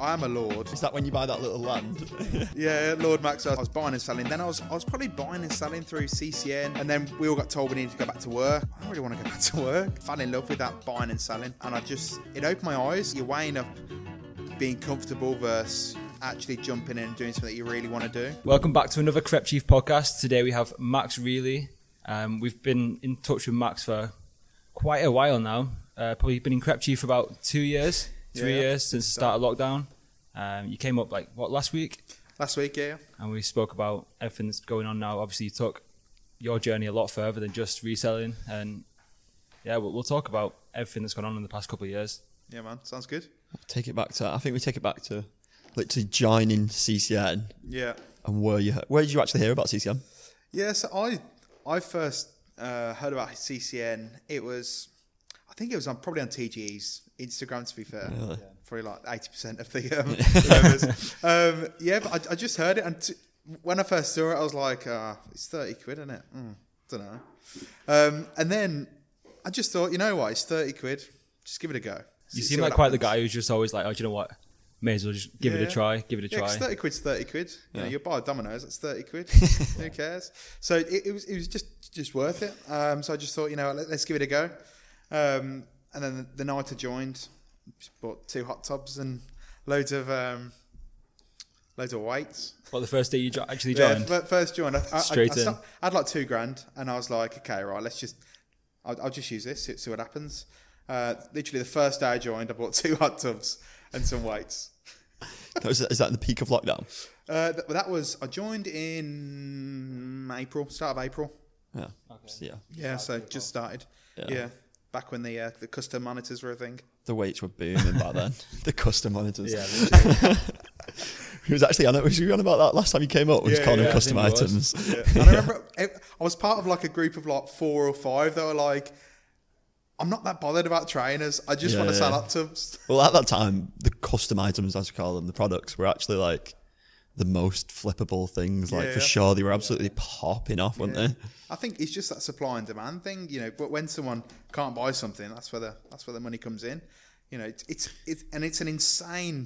I am a lord. Is that when you buy that little land? Yeah, Lord Max, I was buying and selling. Then I was I was probably buying and selling through CCN, and then we all got told we needed to go back to work. I don't really want to go back to work. Fell in love with that buying and selling, and I just it opened my eyes. You're weighing up being comfortable versus actually jumping in and doing something that you really want to do. Welcome back to another Crep Chief podcast. Today we have Max Reilly. Um, we've been in touch with Max for quite a while now. Uh, probably been in Crep Chief for about two years, three Yeah. years since the start of lockdown. Um, you came up like what last week, Last week, yeah, and we spoke about everything that's going on now. Obviously, you took your journey a lot further than just reselling, and yeah, we'll, we'll talk about everything that's gone on in the past couple of years. yeah, man, sounds good. take it back to. I think we take it back to literally joining CCN Yeah, and where you where did you actually hear about CCN? yeah. So I I first uh, heard about CCN. It was I think it was on probably on TGE's Instagram. To be fair, probably like eighty percent of the um, members. um, yeah, but I, I just heard it, and t- when I first saw it, I was like, uh, "It's thirty quid, isn't it?" Mm, don't know. Um, and then I just thought, you know what? It's thirty quid. Just give it a go. You See- seem see like what quite the happens. guy who's just always like, oh, do you know what? May as well just give it Yeah. a try, give it a Yeah, 'cause try. thirty quid's thirty quid. You, know, Yeah. you buy a Domino's, that's thirty quid. Who cares? So it, it was it was just just worth it. Um, so I just thought, you know, let, us give it a go. Um, and then the, the night I joined, just bought two hot tubs and loads of um, loads of weights. Well, the first day you jo- actually Yeah, joined. fir- first joined, I, I, I, Straight I, in. sta- I had like two grand, and I was like, okay, right, let's just, I'll, I'll just use this, see, see what happens. Uh, literally, the first day I joined, I bought two hot tubs and some weights. That was, is that the peak of lockdown? Uh, th- that was I joined in April, start of April. Yeah. So, yeah. Yeah, so just started. Yeah. Yeah. back when the uh, the custom monitors were a thing. The weights were booming back then. the custom monitors. Yeah, He was actually on it. Was you on about that last time you came up? We was Yeah, calling yeah, them I custom think it was. items. And I remember I I was part of like a group of like four or five that were like, I'm not that bothered about trainers. I just Yeah, want to sell yeah. up tubs. Well, at that time, the custom items, as we call them, the products, were actually like the most flippable things. Like Yeah, for yeah. sure, they were absolutely popping off, weren't they? I think it's just that supply and demand thing, you know. But when someone can't buy something, that's where the that's where the money comes in. You know, it's it's, it's and it's an insane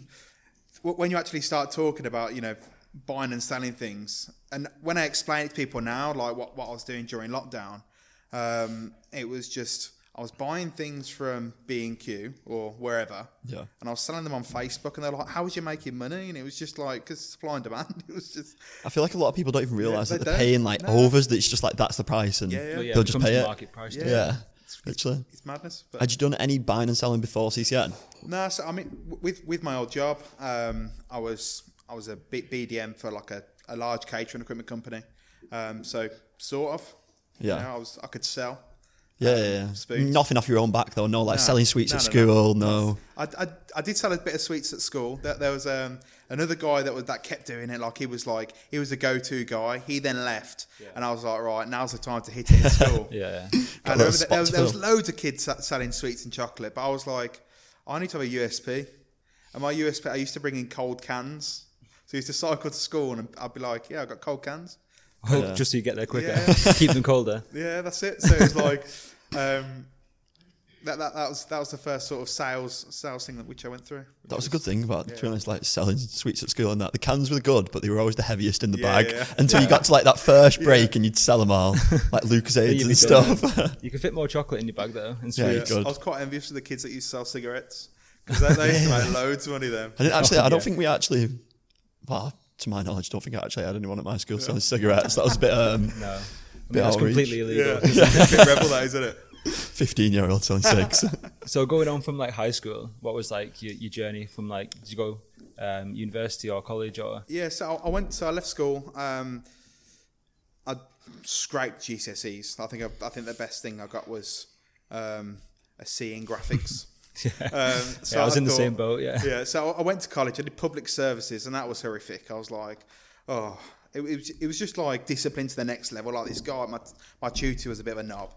wh- when you actually start talking about you know buying and selling things. And when I explain it to people now, like what what I was doing during lockdown, um, it was just I was buying things from B and Q or wherever. Yeah. And I was selling them on Facebook, and they're like, "How was you making money?" And it was just like, "Cause supply and demand." It was just, I feel like a lot of people don't even realize they that they're don't. paying like No. overs. That it's just like that's the price, and Yeah, yeah. But yeah, they'll it just comes pay to it. market price, yeah, doesn't it? literally. it's madness. But Had you done any buying and selling before CCN? No, so I mean, w- with with my old job, um, I was I was a B- BDM for like a, a large catering equipment company, um, so sort of. you Yeah. know, I was I could sell. Yeah, yeah, yeah. spoons. Nothing off your own back though. No, like No. selling sweets No, at no, no. school. No. I, I, I did sell a bit of sweets at school. There, there was um, another guy that was that kept doing it. Like he was like he was the go to guy. He then left, and I was like, right, now's the time to hit it at school. Yeah. And I Got a remember that there, spot was, to there was fill. loads of kids sa- selling sweets and chocolate, but I was like, I need to have a USP. And my USP, I used to bring in cold cans. So I used to cycle to school and I'd be like, yeah, I got cold cans. Hope- Just so you get there quicker. Yeah. Keep them colder. Yeah, that's it. So it was like, um, that, that, that was that was the first sort of sales sales thing that which I went through. That was a good thing about, to be honest, like selling sweets at school and that. The cans were good, but they were always the heaviest in the Yeah, bag yeah. until you got to like that first break and you'd sell them all, like Then Lucasades you'd and be done. stuff. You can fit more chocolate in your bag though. And Yeah, you sweets. could. Good. I was quite envious of the kids that used to sell cigarettes because they, they used to make loads of money then. I didn't actually. I don't Yeah. think we actually. Well, to my knowledge, don't think I actually had anyone at my school selling cigarettes. That was a bit. Um, No. I mean, Bit that's outreach. completely Yeah, illegal. it's a bit rebel that, isn't it? Fifteen-year-old selling cigs. So going on from like high school, what was like your, your journey from like did you go um, university or college or Yeah, so I- I went. So I left school. Um, I scraped GCSEs. I think. I, I think the best thing I got was um, a C in graphics. um, so Yeah, I was in the same boat, yeah. Yeah. So I I went to college. I did public services, and that was horrific. I was like, oh, it, it was. It was just like discipline to the next level. Like this guy, my my tutor was a bit of a knob.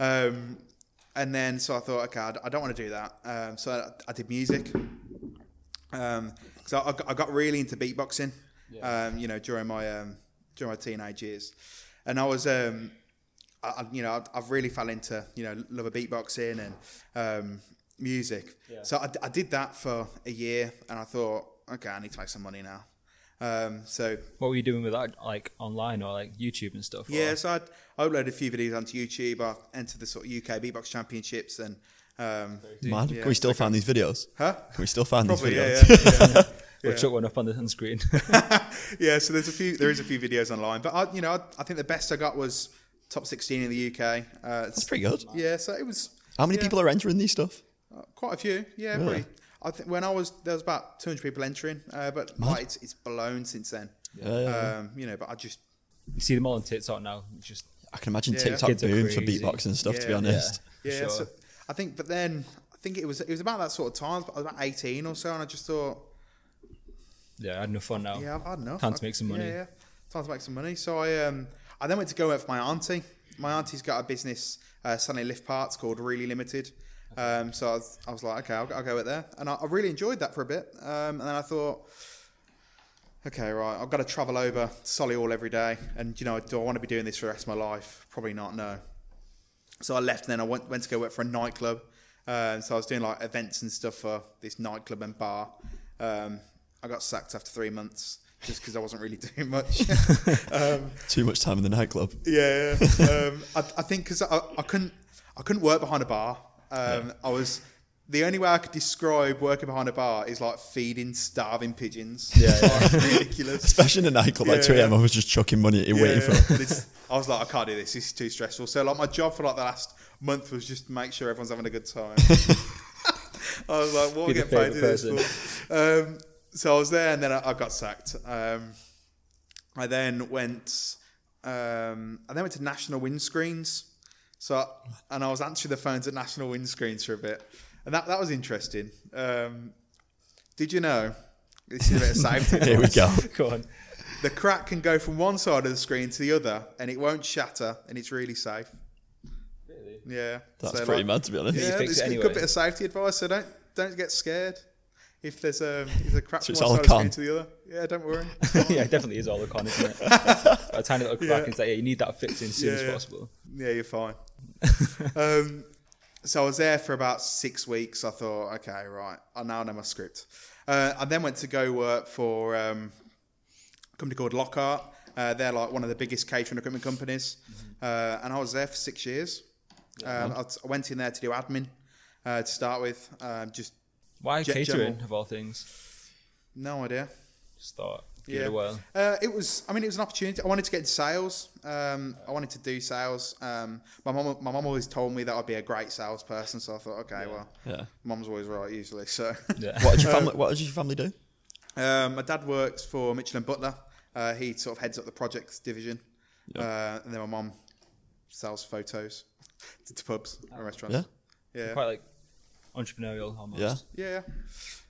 Um, and then so I thought, okay, I d- I don't want to do that. Um, so I, I did music. Um, so I, got- I got really into beatboxing. Um, you know, during my um, during my teenage years, and I was, um, I, I- you know, I, I really fell into you know love of beatboxing and um, music. So I, d- I did that for a year, and I thought okay, I need to make some money now. Um, so What were you doing with that, like online or like YouTube and stuff? or- Yeah, so I'd, I uploaded a few videos onto YouTube. I entered the sort of UK beatbox championships and um, Mad. yeah, Can we still okay. find these videos? huh? Can we still find Probably, these videos? yeah, yeah, yeah. We'll chuck one up on the on screen. yeah. So there's a few, there is a few videos online, but I, you know, I, I think the best I got was top 16 in the UK. Uh, That's pretty good. Yeah, so it was. How many yeah, people are entering these stuff? uh, Quite a few. Yeah, Really? probably. I think when I was there was about 200 people entering, uh, but like, it's, it's blown since then. Yeah, yeah, yeah. Um, you know, but I just you see them all on TikTok now. It's just I can imagine Yeah. TikTok Kids are boom for crazy. beatboxing and stuff. to be Yeah. honest, for Yeah, sure. so I think, but then I think it was it was about that sort of time. I was about eighteen or so, and I just thought, yeah, I had enough fun now. yeah, I've had enough. Time to I- make some money. Yeah, yeah, time to make some money. So I um I then went to go work for my auntie. My auntie's got a business uh, selling lift parts called Really Limited. Um, so I was, I was like, okay, I'll, I'll go with there, and I, I really enjoyed that for a bit. Um, and then I thought. Okay, right. I've got to travel over to Solihull every day, and you know, do I want to be doing this for the rest of my life? Probably not. No. So I left, and then I went, went to go work for a nightclub. Um, so I was doing like events and stuff for this nightclub and bar. Um, I got sacked after three months just because I wasn't really doing much. um, too much time in the nightclub. yeah, um, I, I think because I, I couldn't, I couldn't work behind a bar. Um, I was the only way I could describe working behind a bar is like feeding starving pigeons. Yeah, ridiculous. Especially in a nightclub like Yeah, 2 a.m. yeah. I was just chucking money at you, waiting for Yeah, this- I was like, I can't do this. This is too stressful. So like, my job for like the last month was just to make sure everyone's having a good time. I was like, what Be are the getting paid to do favourite this for? Um, so I was there, and then I, I got sacked. Um, I then went. Um, I then went to National Windscreens. So and I was answering the phones at National Windscreens for a bit, and that that was interesting. Um, did you know? This is a bit of safety. Here we advice. go. Go on. The crack can go from one side of the screen to the other, and it won't shatter, and it's really safe. Really? Yeah, That's So, pretty like, mad, to be honest. Yeah, fix it's a it good- anyway. good bit of safety advice. So don't don't get scared if there's a if there's a crack So from it's one all side of the screen calm. to the other. Yeah, don't worry. yeah, it definitely is all the con, isn't it? a tiny little crack. Yeah. It's like, yeah, you need that fixed in as soon Yeah. as possible. yeah, you're fine. um, so I was there for about six weeks. I thought, okay, right, I now know my script. Uh, I then went to go work for um, a company called Lockhart. Uh, they're like one of the biggest catering equipment companies. Uh, and I was there for six years. Um, I, t- I went in there to do admin uh, to start with. Um, just Why Ge- catering general. of all things? no idea. Just thought, give it a whirl. Uh, it was. I mean, it was an opportunity. I wanted to get into sales. Um, I wanted to do sales. Um, my mom, my mom always told me that I'd be a great salesperson. So I thought, okay, well, Yeah. mom's always right usually. So, Yeah. What did Uh, your family? What did your family do? um, my dad works for Mitchell and Butler. Uh, he sort of heads up the projects division, uh, and then my mom sells photos to, to pubs and restaurants. Yeah. yeah. Quite like entrepreneurial almost. Yeah. Yeah,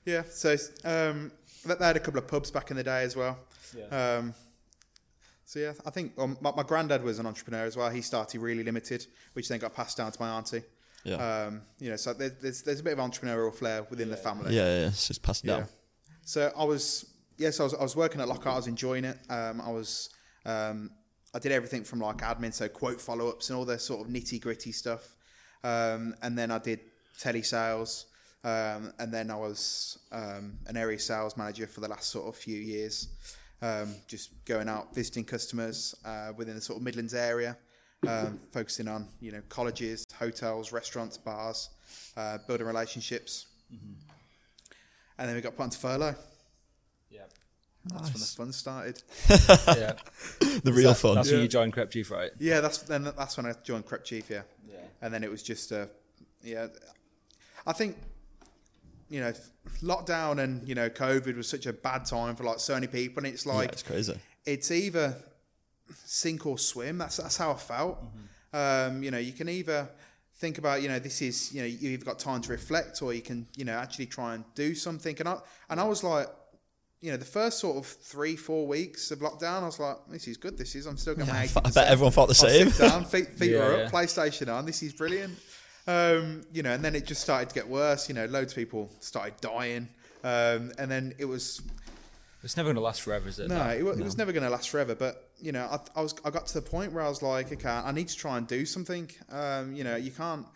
yeah. So um, they they had a couple of pubs back in the day as well. Yeah. Um, so yeah, I think um, my, my granddad was an entrepreneur as well. He started really limited, which then got passed down to my auntie. Yeah. Um, you know, so there, there's there's a bit of entrepreneurial flair within the yeah, family. yeah, yeah. It's just passed Yeah. down. So I was yes, I was I was working at Lockhart. I was enjoying it. Um, I was um, I did everything from like admin, so quote follow ups and all the sort of nitty gritty stuff. Um, and then I did telesales. Um, and then I was um, an area sales manager for the last sort of few years, um, just going out visiting customers uh, within the sort of Midlands area, um, focusing on you know colleges, hotels, restaurants, bars, uh, building relationships, and then we got put onto furlough. Yeah. That's when the fun started. yeah. The real That- fun. That's when you joined Crep Chief, right? Yeah, that's then that's when I joined Crep Chief. Yeah, Yeah. and then it was just a yeah. I think you know lockdown and you know COVID was such a bad time for like so many people, and it's Yeah, like it's crazy. it's either sink or swim. That's that's how I felt. Mm-hmm. Um, you know, you can either think about you know this is you know you've got time to reflect, or you can you know actually try and do something. And I and I was like, you know, the first sort of three four weeks of lockdown, I was like, this is good. This is I'm still going Yeah, to I make. thought- I bet everyone thought the I'll same. sit down, feet, feet Yeah, are up, yeah. PlayStation on. This is brilliant. Um, you know, and then it just started to get worse. You know, loads of people started dying, um, and then it was It's never going to last forever, is it? no, it, wa- it was never going to last forever. But you know, I, I was I got to the point where I was like, okay, I need to try and do something. Um, you know, you can't.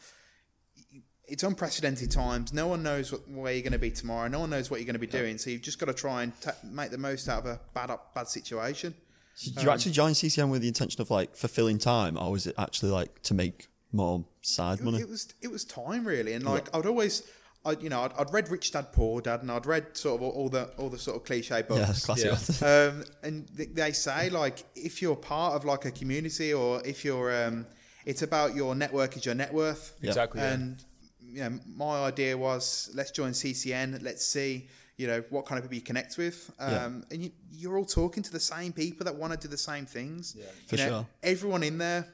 it's unprecedented times. No one knows what, where you're going to be tomorrow. No one knows what you're going to be doing. So you've just got to try and ta make the most out of a bad up, bad situation. Did you actually join CCM with the intention of like fulfilling time, or was it actually like to make more side money? It was it was time really, and like I'd always, I you know, I'd, I'd read Rich Dad Poor Dad, and I'd read sort of all, all the all the sort of cliche books. yeah, classic. Yeah. um, and th- they say like if you're part of like a community or if you're um, it's about your network is your net worth Exactly, yeah. and you know, my idea was let's join ccn let's see you know what kind of people you connect with um, and you, you're all talking to the same people that want to do the same things yeah. For sure. everyone in there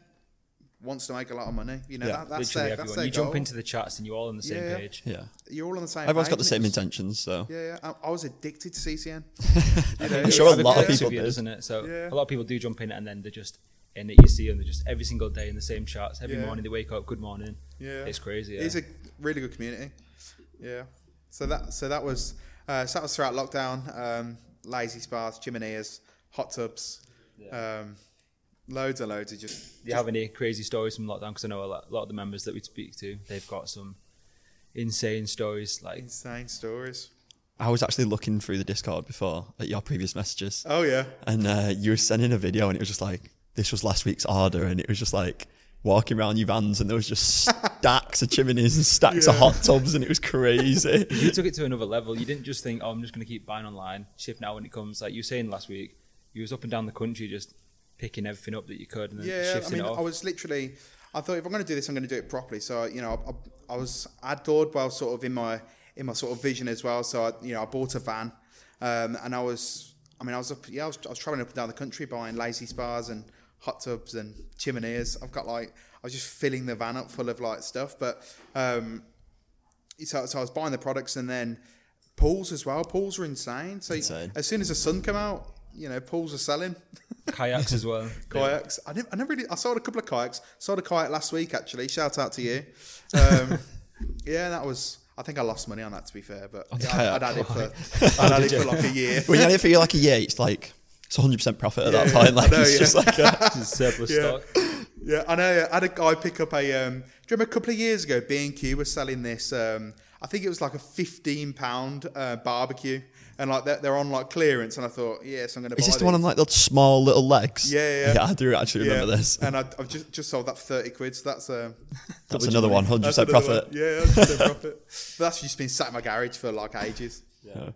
wants to make a lot of money you know Yeah, that, that's Literally their, that's everyone. their You jump goal. into the chats and you're all on the same Yeah. page. Yeah, you're all on the same everyone's got the page, same and it's- intentions. So yeah, yeah. I, I was addicted to ccn I'm sure a It's lot of addictive, people yeah, do. doesn't it? So Yeah. a lot of people do jump in and then they're just in it. You see them, they're just every single day in the same charts. Every Yeah. morning they wake up, good morning. Yeah, it's crazy. Yeah. It's a really good community. Yeah. So that so that was uh, so that was throughout lockdown. Um, lazy spas, chimeneas, hot tubs, um, loads and loads of just. Do you have any crazy stories from lockdown? Because I know a lot, a lot of the members that we speak to, they've got some insane stories. Like Insane stories. I was actually looking through the Discord before at your previous messages, Oh yeah, and uh, you were sending a video, and it was just like this was last week's order, and it was just like walking around your vans, and there was just stacks of chimneys and stacks of Yeah. hot tubs, and it was crazy. you took it to another level. You didn't just think, "Oh, I'm just going to keep buying online, shipping out when it comes." Like you were saying last week, you was up and down the country just picking everything up that you could and then yeah. I shifting mean, it off. I was literally. I thought if I'm going to do this, I'm going to do it properly. So you know, I, I was I adored well sort of in my in my sort of vision as well. So I, you know, I bought a van, um, and I was. I mean, I was up. Yeah, I was, I was traveling up and down the country buying lazy spas and hot tubs and chimeneas. I've got like I was just filling the van up full of like stuff, but. Um, so, so I was buying the products and then pools as well. Pools are insane. So Insane. as soon as the sun come out, you know, pools are selling. Kayaks as well. kayaks. I never, I never really. I sold a couple of kayaks. Sold a kayak last week actually. Shout out to you. Um, yeah, that was. I think I lost money on that to be fair, but yeah, I'd, I'd had it for. I'd had it for like a year. when you had it for like a year, it's like it's 100 percent profit at that yeah, point. Like I know, it's yeah. just like a, This is surplus Yeah. stock. Yeah, I know. I had a guy pick up a. Um, do you remember a couple of years ago, B and Q was selling this? Um, I think it was like a fifteen pound uh, barbecue, and like they're, they're on like clearance. And I thought, yes, I'm going to. is buy this the one on like the small little legs? Yeah, yeah, yeah. yeah. I do actually remember yeah. this. And I, I've just just sold that for thirty quid. So that's um, That's another one, 100 that's percent another profit. one. Yeah, that's a profit. But that's just been sat in my garage for like ages. Yeah.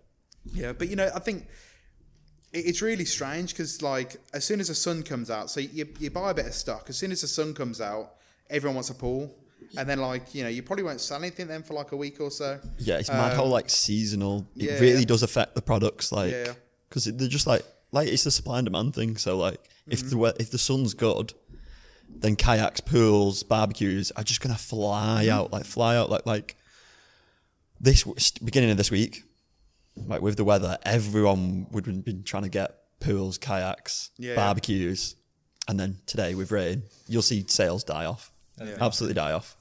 Yeah, but you know, I think it- it's really strange because like as soon as the sun comes out, so you, you buy a bit of stock. As soon as the sun comes out, everyone wants a pool, and then like you know you probably won't sell anything then for like a week or so. Uh, Yeah, it's mad how like seasonal it Um, yeah, really yeah. does affect the products, like Yeah. because they're just like like it's the supply and demand thing. So like Mm-hmm. if the we- if the sun's good, then kayaks, pools, barbecues are just gonna fly Mm-hmm. out, like fly out, like like this w- st- beginning of this week, like with the weather, everyone would have been trying to get pools, kayaks, Yeah, yeah. barbecues, and then today with rain, you'll see sales die off, absolutely die off.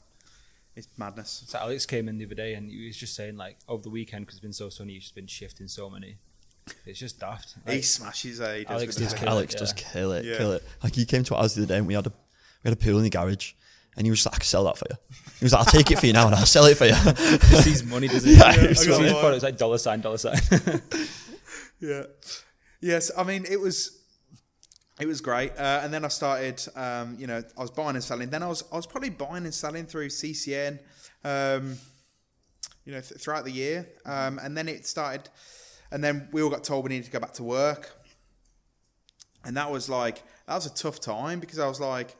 It's madness. So Alex came in the other day and he was just saying like over the weekend because it's been so sunny, he's just been shifting so many. It's just daft. Like, he smashes a. Alex does kill Alex it, does yeah. kill it, Yeah. kill it. Like he came to ours the other day and we had a we had a pool in the garage and he was just like, I can sell that for you. He was like, I'll take it for you now and I'll sell it for you. He sees money, doesn't he? Yeah, he I sees got his one. products like dollar sign, dollar sign. yeah. Yes, I mean it was it was great, uh, and then I started. Um, you know, I was buying and selling. Then I was I was probably buying and selling through CCN. Um, you know, th- throughout the year, um, and then it started, and then we all got told we needed to go back to work, and that was like that was a tough time because I was like,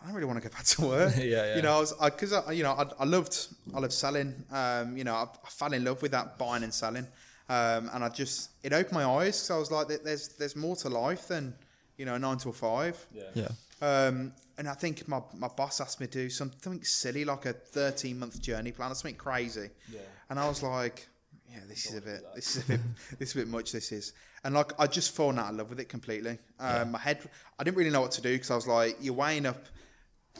I don't really want to go back to work. Yeah, yeah. You know, I was because I, you know I, I loved I loved selling. Um, you know, I, I fell in love with that buying and selling, um, and I just it opened my eyes because I was like, there- there's there's more to life than you know a nine till five. yeah. Um, and I think my, my boss asked me to do something silly, like a 13 month journey plan or something crazy. Yeah. And I was like, yeah, this is a bit, this is a bit, this is a bit much. This is, and like I just fallen out of love with it completely. Um, My head, I didn't really know what to do because I was like, you're weighing up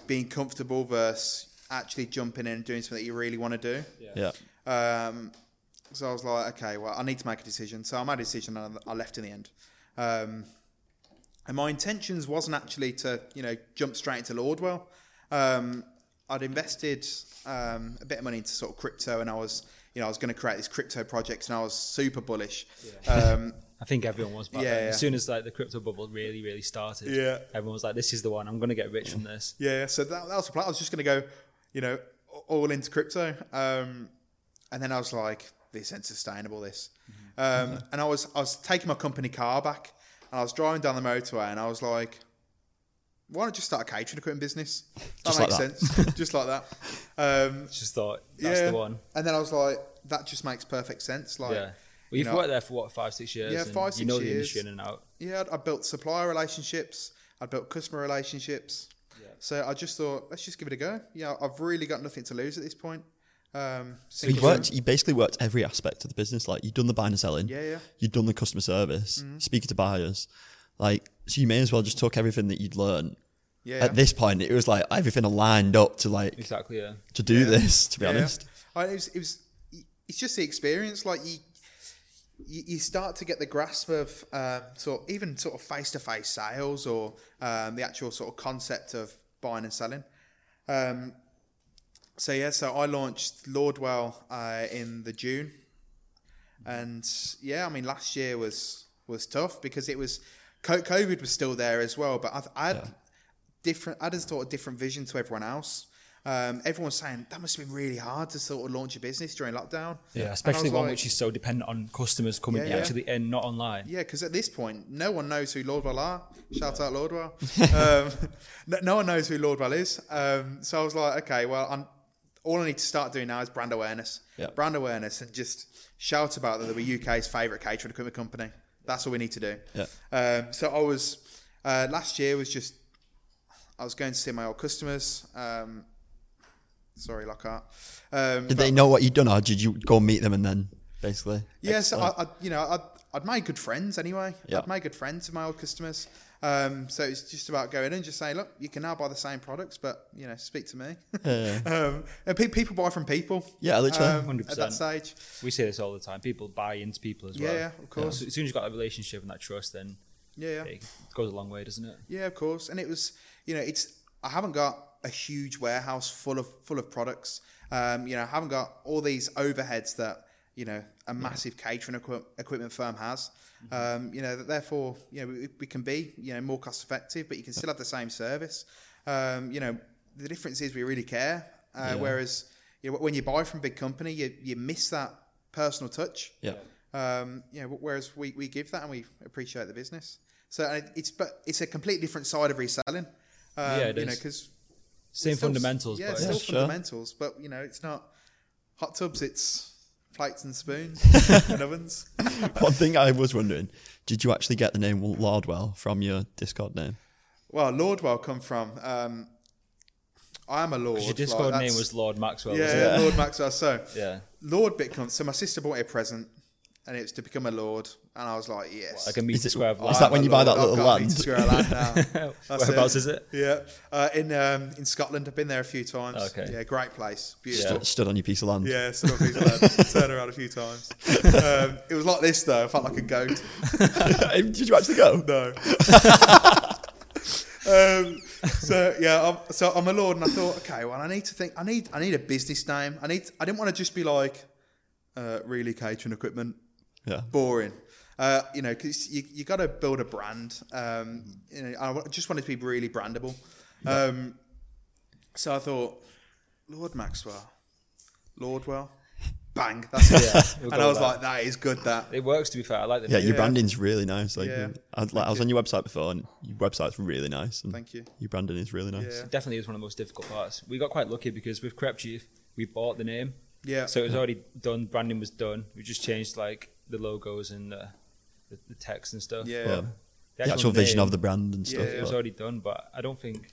being comfortable versus actually jumping in and doing something that you really want to do. Yeah. Um, so I was like, okay, well, I need to make a decision. So I made a decision and I I left in the end. Um, and my intentions wasn't actually to, you know, jump straight into Lordwell. Um, I'd invested um, a bit of money into sort of crypto, and I was, you know, I was going to create this crypto project, and I was super bullish. Um, I think everyone was back Yeah, then. yeah. As soon as like the crypto bubble really, really started, Yeah. everyone was like, "This is the one. I'm going to get rich from this." Yeah, so that, that was the plan. I was just going to go, you know, all into crypto. Um, and then I was like, this ain't sustainable, this. Mm-hmm. Um, and I was, I was taking my company car back and I was driving down the motorway and I was like, why don't you start a catering equipment business? That Just like makes that. sense. just like that. Um, Just thought that's yeah. the one. And then I was like, that just makes perfect sense. Like, yeah. Well, you've you know, worked there for what five, six years. Yeah, and five, You six know the years. industry in and out. yeah, I built supplier relationships. I built customer relationships. So I just thought, let's just give it a go. Yeah, I've really got nothing to lose at this point. Um, So you single- worked. You basically worked every aspect of the business. Like you've done the buying and selling. Yeah, Mm-hmm. yeah. You've done the customer service, speaking to buyers. Like so, you may as well just took everything that you'd learned. Yeah, yeah. At this point, it was like everything aligned up to like Exactly. Yeah. to do this. To be Yeah, yeah. honest, I, it was, it was, it's just the experience. Like you, you, you start to get the grasp of um, sort of even sort of face to face sales or um, the actual sort of concept of buying and selling. Um, so yeah, so I launched Lordwell uh, in the June, and yeah, I mean last year was was tough because it was co- COVID was still there as well, but I, th- I had different, I had a sort of different vision to everyone else. Um, everyone's saying that must have been really hard to sort of launch a business during lockdown. Yeah, And I especially was one like- which is so dependent on customers coming Yeah, yeah. actually in, not online. Yeah, because at this point, no one knows who Lordwell are. Shout out Lordwell. um, no, no one knows who Lordwell is. Um, so I was like, okay, well, I'm, all I need to start doing now is brand awareness. Yeah. Brand awareness and just shout about that we're UK's favourite catering equipment company. That's all we need to do. Yeah. Um, so I was, uh, last year was just, I was going to see my old customers. Um, sorry, Lockhart. Um, but- did they know what you'd done, or did you go and meet them and then basically? Yes, explain? I, I, you know, I'd, I'd made good friends anyway. Yeah. I'd made good friends with my old customers. Um, so it's just about going in and just saying, look, you can now buy the same products, but you know, speak to me. um, and pe- people buy from people. Yeah, literally. Um, at 100%. that stage. We say this all the time. People buy into people as Yeah, well. yeah, of course. So as soon as you've got that relationship and that trust, then Yeah, yeah, it goes a long way, doesn't it? yeah, of course. And it was, you know, it's I haven't got a huge warehouse full of full of products. Um, you know, I haven't got all these overheads that you know a massive catering equi- equipment firm has. Um, you know, that therefore, you know, we, we can be you know more cost effective, but you can still have the same service. Um, you know, the difference is we really care. Uh, Whereas, you know, when you buy from a big company, you you miss that personal touch. yeah. Um, you know, whereas we, we give that and we appreciate the business. So uh, it's but it's a completely different side of reselling. Um, Yeah, it you know, is. because Same fundamentals, Yeah, but it's it's- still Yeah, sure. fundamentals, but you know, it's not hot tubs. It's plates and spoons and ovens. One thing I was wondering: Did you actually get the name Lordwell from your Discord name? Well, Lordwell come from. Um, I am a lord. Your like, Discord that's- name was Lord Maxwell. yeah, wasn't it? Lord Maxwell. So Yeah. Lord Bitcoin. So my sister bought a present, and it's to become a lord. And I was like, yes. Like a meter it- square of is land. that when you buy that I've little got a meter land? square of land now. That's Whereabouts is it? Yeah, uh, in um, in Scotland. I've been there a few times. Okay. Yeah, great place. Beautiful. Stood, stood on your piece of land. Yeah, still got people that turn around a few times. Um, it was like this though. I felt like a goat. did you actually go? No. um, so yeah, I'm, so I'm a lord, and I thought, okay, well, I need to think. I need I need a business name. I need. I didn't want to just be like, uh, really catering equipment Yeah. boring. Uh, you know, because you you got to build a brand. Um, you know, I wa- just wanted to be really brandable. Um, so I thought, Lord Maxwell, Lordwell, bang, that's it. we'll and go I with was that. like, that is good. That It works, to be fair. I like the Yeah, name. your branding's really nice. Like, Yeah. I, like I was on your website before, and your website's really nice. And Thank you. Your branding is really nice. Yeah. It definitely is one of the most difficult parts. We got quite lucky because with Crep Chief, we bought the name. Yeah. So it was already done. Branding was done. We just changed like the logos and the, the, the text and stuff. Yeah. But Yeah. The actual, vision name, of the brand and stuff. Yeah. It was but- already done, but I don't think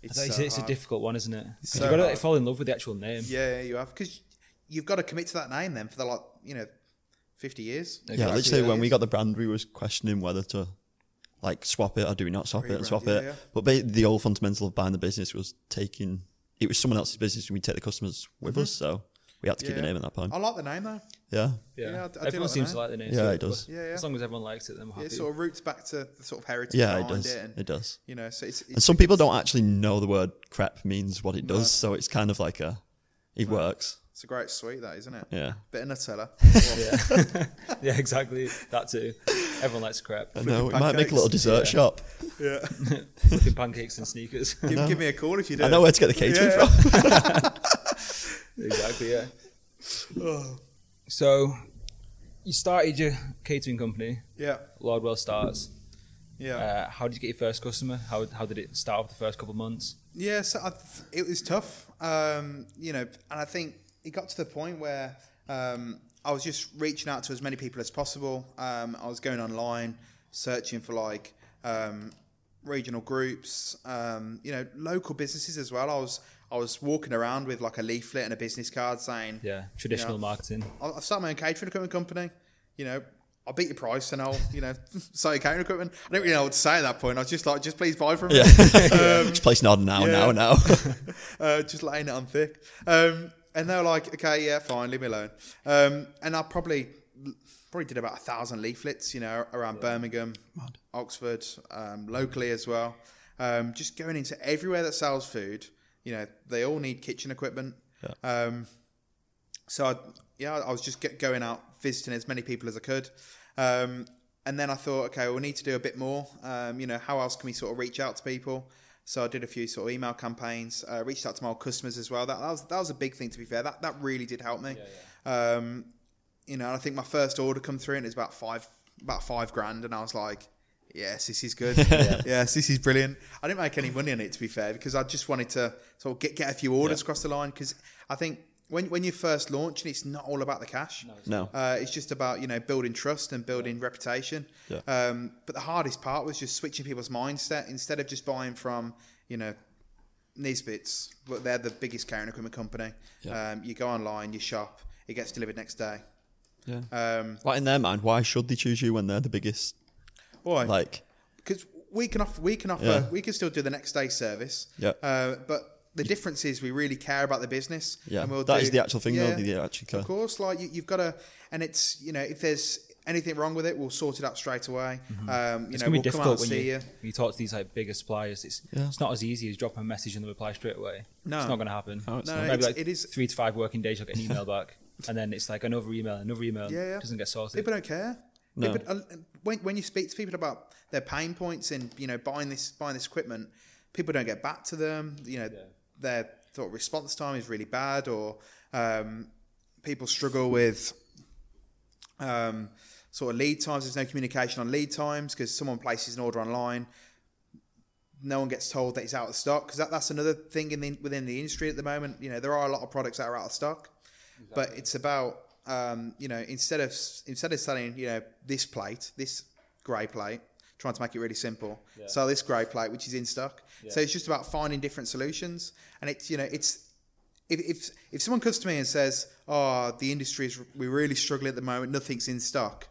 I it's, don't- it's, so it's a hard. difficult one, isn't it? 'Cause so you've got to like, hard. fall in love with the actual name. Yeah, yeah, you have because you've got to commit to that name then for the like you know, fifty years. yeah, Exactly, literally, yeah. when we got the brand, we was questioning whether to like swap it or do we not swap it Rebrand, and swap yeah, it. yeah. But ba- the old fundamental of buying the business was taking it was someone else's business and we take the customers with us. So We had to Mm-hmm. yeah. keep the name at that point. I like the name though. Yeah. Yeah, I- I do everyone like the seems name. to like the name. Yeah, so- it does. but Yeah, yeah. As long as everyone likes it, then we're happy. It sort of roots back to the sort of heritage. Yeah, it behind does. It, and, It does. You know, so it's, it's And some people don't actually know the word crep means what it does, so it's kind of like a, it works. It's a great sweet, that isn't it? Yeah. Bit of Nutella. yeah, exactly. That too. Everyone likes crap. I know, it might make pancakes. a little dessert shop. yeah. Flipping pancakes and sneakers. Give, give me a call if you do. I know where to get the catering Yeah. from. exactly. Yeah. So, you started your catering company, Yeah. Lardwell Starts. Yeah. Uh, how did you get your first customer? How how did it start off the first couple of months? Yeah, so I, it was tough. Um, you know, and I think it got to the point where um, I was just reaching out to as many people as possible. Um, I was going online, searching for like um, regional groups, um, you know, local businesses as well. I was I was walking around with like a leaflet and a business card saying, Yeah, traditional Yeah. marketing. I'll, I'll start my own catering equipment company. You know, I'll beat your price and I'll, you know, start your catering equipment. I didn't really know what to say at that point. I was just like, just please buy from me. Yeah. Just place an order now, yeah. now, now. uh, just laying it on thick. Um, and they were like, okay, yeah, fine, leave me alone. Um, and I probably probably did about a thousand leaflets, you know, around Birmingham, Oxford, um, locally as well. Um, just going into everywhere that sells food. You know, they all need kitchen equipment. Um, so I, yeah, I was just get going out visiting as many people as I could, um, and then I thought, okay, we need to do a bit more. Um, you know, how else can we sort of reach out to people? So I did a few sort of email campaigns, uh, reached out to my old customers as well. That, that was that was a big thing to be fair. That that really did help me. Um, you know, I think my first order come through and it's about five about five grand, and I was like, yes, this is good. yes, this is brilliant. I didn't make any money on it to be fair because I just wanted to sort of get get a few orders across the line because I think when when you first launch and it's not all about the cash. No. Uh, it's just about you know building trust and building reputation. Yeah. Um, but the hardest part was just switching people's mindset instead of just buying from you know Nisbets, but they're the biggest catering equipment company. Yeah. Um, you go online, you shop, it gets delivered next day. Yeah. Um, Like in their mind, why should they choose you when they're the biggest? why? Like, because we can offer, we can offer, Yeah. we can still do the next day service. Yeah. Uh, but the difference is we really care about the business. Yeah. And we'll That do- is the actual thing, though, that you actually care. Of course, like you, you've got to, and it's you know if there's anything wrong with it, we'll sort it out straight away. Mm-hmm. Um, you It's know, gonna we'll be come out and difficult when you, see you. when you talk to these like bigger suppliers. It's Yeah. it's not as easy as dropping a message and they reply straight away. No. it's not going to happen. No, it's No, not. Maybe it's- like it is- three to five working days. You'll get an email back, and then it's like another email, another email. Yeah, yeah. Um, doesn't get sorted. People don't care. No. People- uh, when, when you speak to people about their pain points in you know buying this buying this equipment, people don't get back to them. You know, their sort of response time is really bad, or um, people struggle with um, sort of lead times. There's no communication on lead times because someone places an order online. No one gets told that it's out of stock because that, that's another thing in the, within the industry at the moment. You know, there are a lot of products that are out of stock, but it's about um, you know instead of instead of selling you know this plate, this grey plate, trying to make it really simple, sell this grey plate which is in stock. So it's just about finding different solutions, and it's you know it's if, if if someone comes to me and says, "Oh, the industry is we're really struggling at the moment. Nothing's in stock."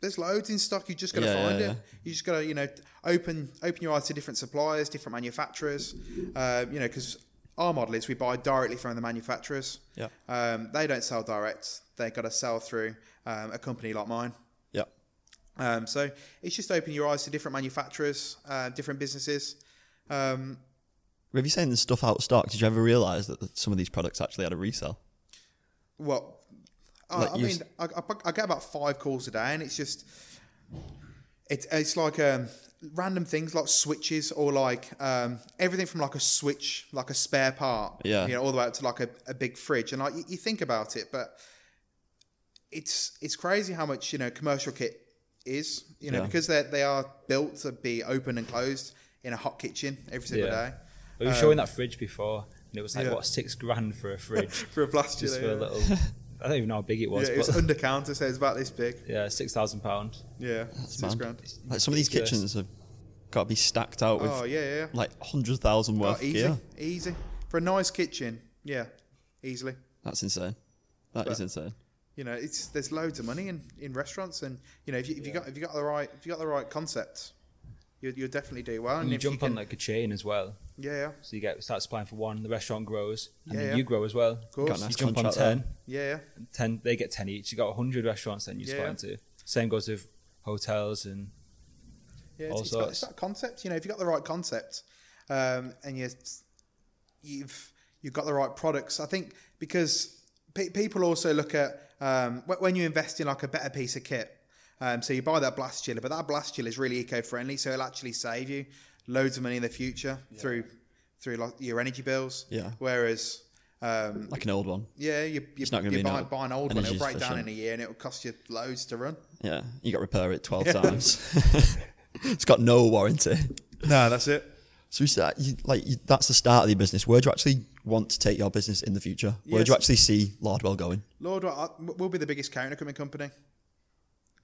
There's loads in stock. You just got to Yeah, find yeah, it. You just got to you know open open your eyes to different suppliers, different manufacturers. Uh, you know, because our model is we buy directly from the manufacturers. Yeah. Um, they don't sell direct. They got to sell through um, a company like mine. yeah. Um, so it's just opening your eyes to different manufacturers, uh, different businesses. Um, Were you saying this stuff out of stock? Did you ever realise that that some of these products actually had a resell? Well, I, Like I you mean, s- I, I, I get about five calls a day, and it's just it's it's like um, random things like switches or like um, everything from like a switch, like a spare part, Yeah. you know, all the way up to like a, a big fridge, and like you, you think about it, but it's it's crazy how much you know commercial kit is, you know, Yeah. because they they are built to be open and closed in a hot kitchen every single Yeah. day. We were showing that fridge before, and it was like um, Yeah. what six grand for a fridge, For a blast, just for yeah. a little. I don't even know how big it was, Yeah, it was but under counter, so it's about this big. yeah, six thousand pound. Yeah, six mad. grand. Like some of these Ridiculous. kitchens have got to be stacked out with Oh yeah, yeah. yeah. like hundred thousand Oh, worth of easy, gear. easy for a nice kitchen. Yeah, easily. That's insane. That is insane. You know, it's there's loads of money in, in restaurants, and you know if you if you got if you got the right if you got the right concept, you, you'll definitely do well. And you if you jump on can- like a chain as well. yeah, yeah, So you get start supplying for one, the restaurant grows, and Yeah, then yeah. you grow as well. of course, Got a You nice jump on contract there. 10, yeah, yeah. 10, they get 10 each. You got 100 restaurants then you're Yeah. supplying to. Same goes with hotels and Yeah, it's, all it's, that, it's sorts. that concept. You know, if you've got the right concept, um, and you, you've you've got the right products, I think because pe- people also look at um, wh- when you invest in like a better piece of kit. Um, so you buy that blast chiller, but that blast chiller is really eco-friendly, so it'll actually save you loads of money in the future through through like your energy bills. Yeah. Whereas, um, like an old one. yeah, you you, not gonna you be buy, no buy an old one, it'll energy break down in efficient. a year, and it'll cost you loads to run. Yeah, you got to repair it twelve times. it's got no warranty. No, that's it. So you start, you, like you, that's the start of your business. Where do you actually want to take your business in the future? Where do Yes. you actually see Lardwell going? Lord, I- we'll be the biggest counter equipment company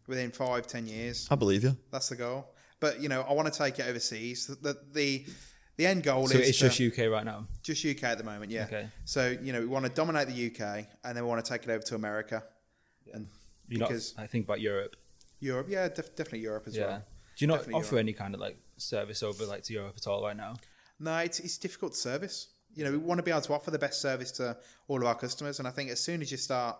within five, ten years. I believe you. That's the goal. But you know, I want to take it overseas. The the the, the end goal so is it's to- just UK right now. just UK at the moment. Yeah. Okay. So you know, we want to dominate the UK, and then we want to take it over to America and You're because not, I think about Europe. Europe. Yeah, def- definitely Europe as yeah. well. Do you not Definitely offer any kind of like service over like to Europe at all right now? No, it's it's difficult service. You know, we want to be able to offer the best service to all of our customers, and I think as soon as you start,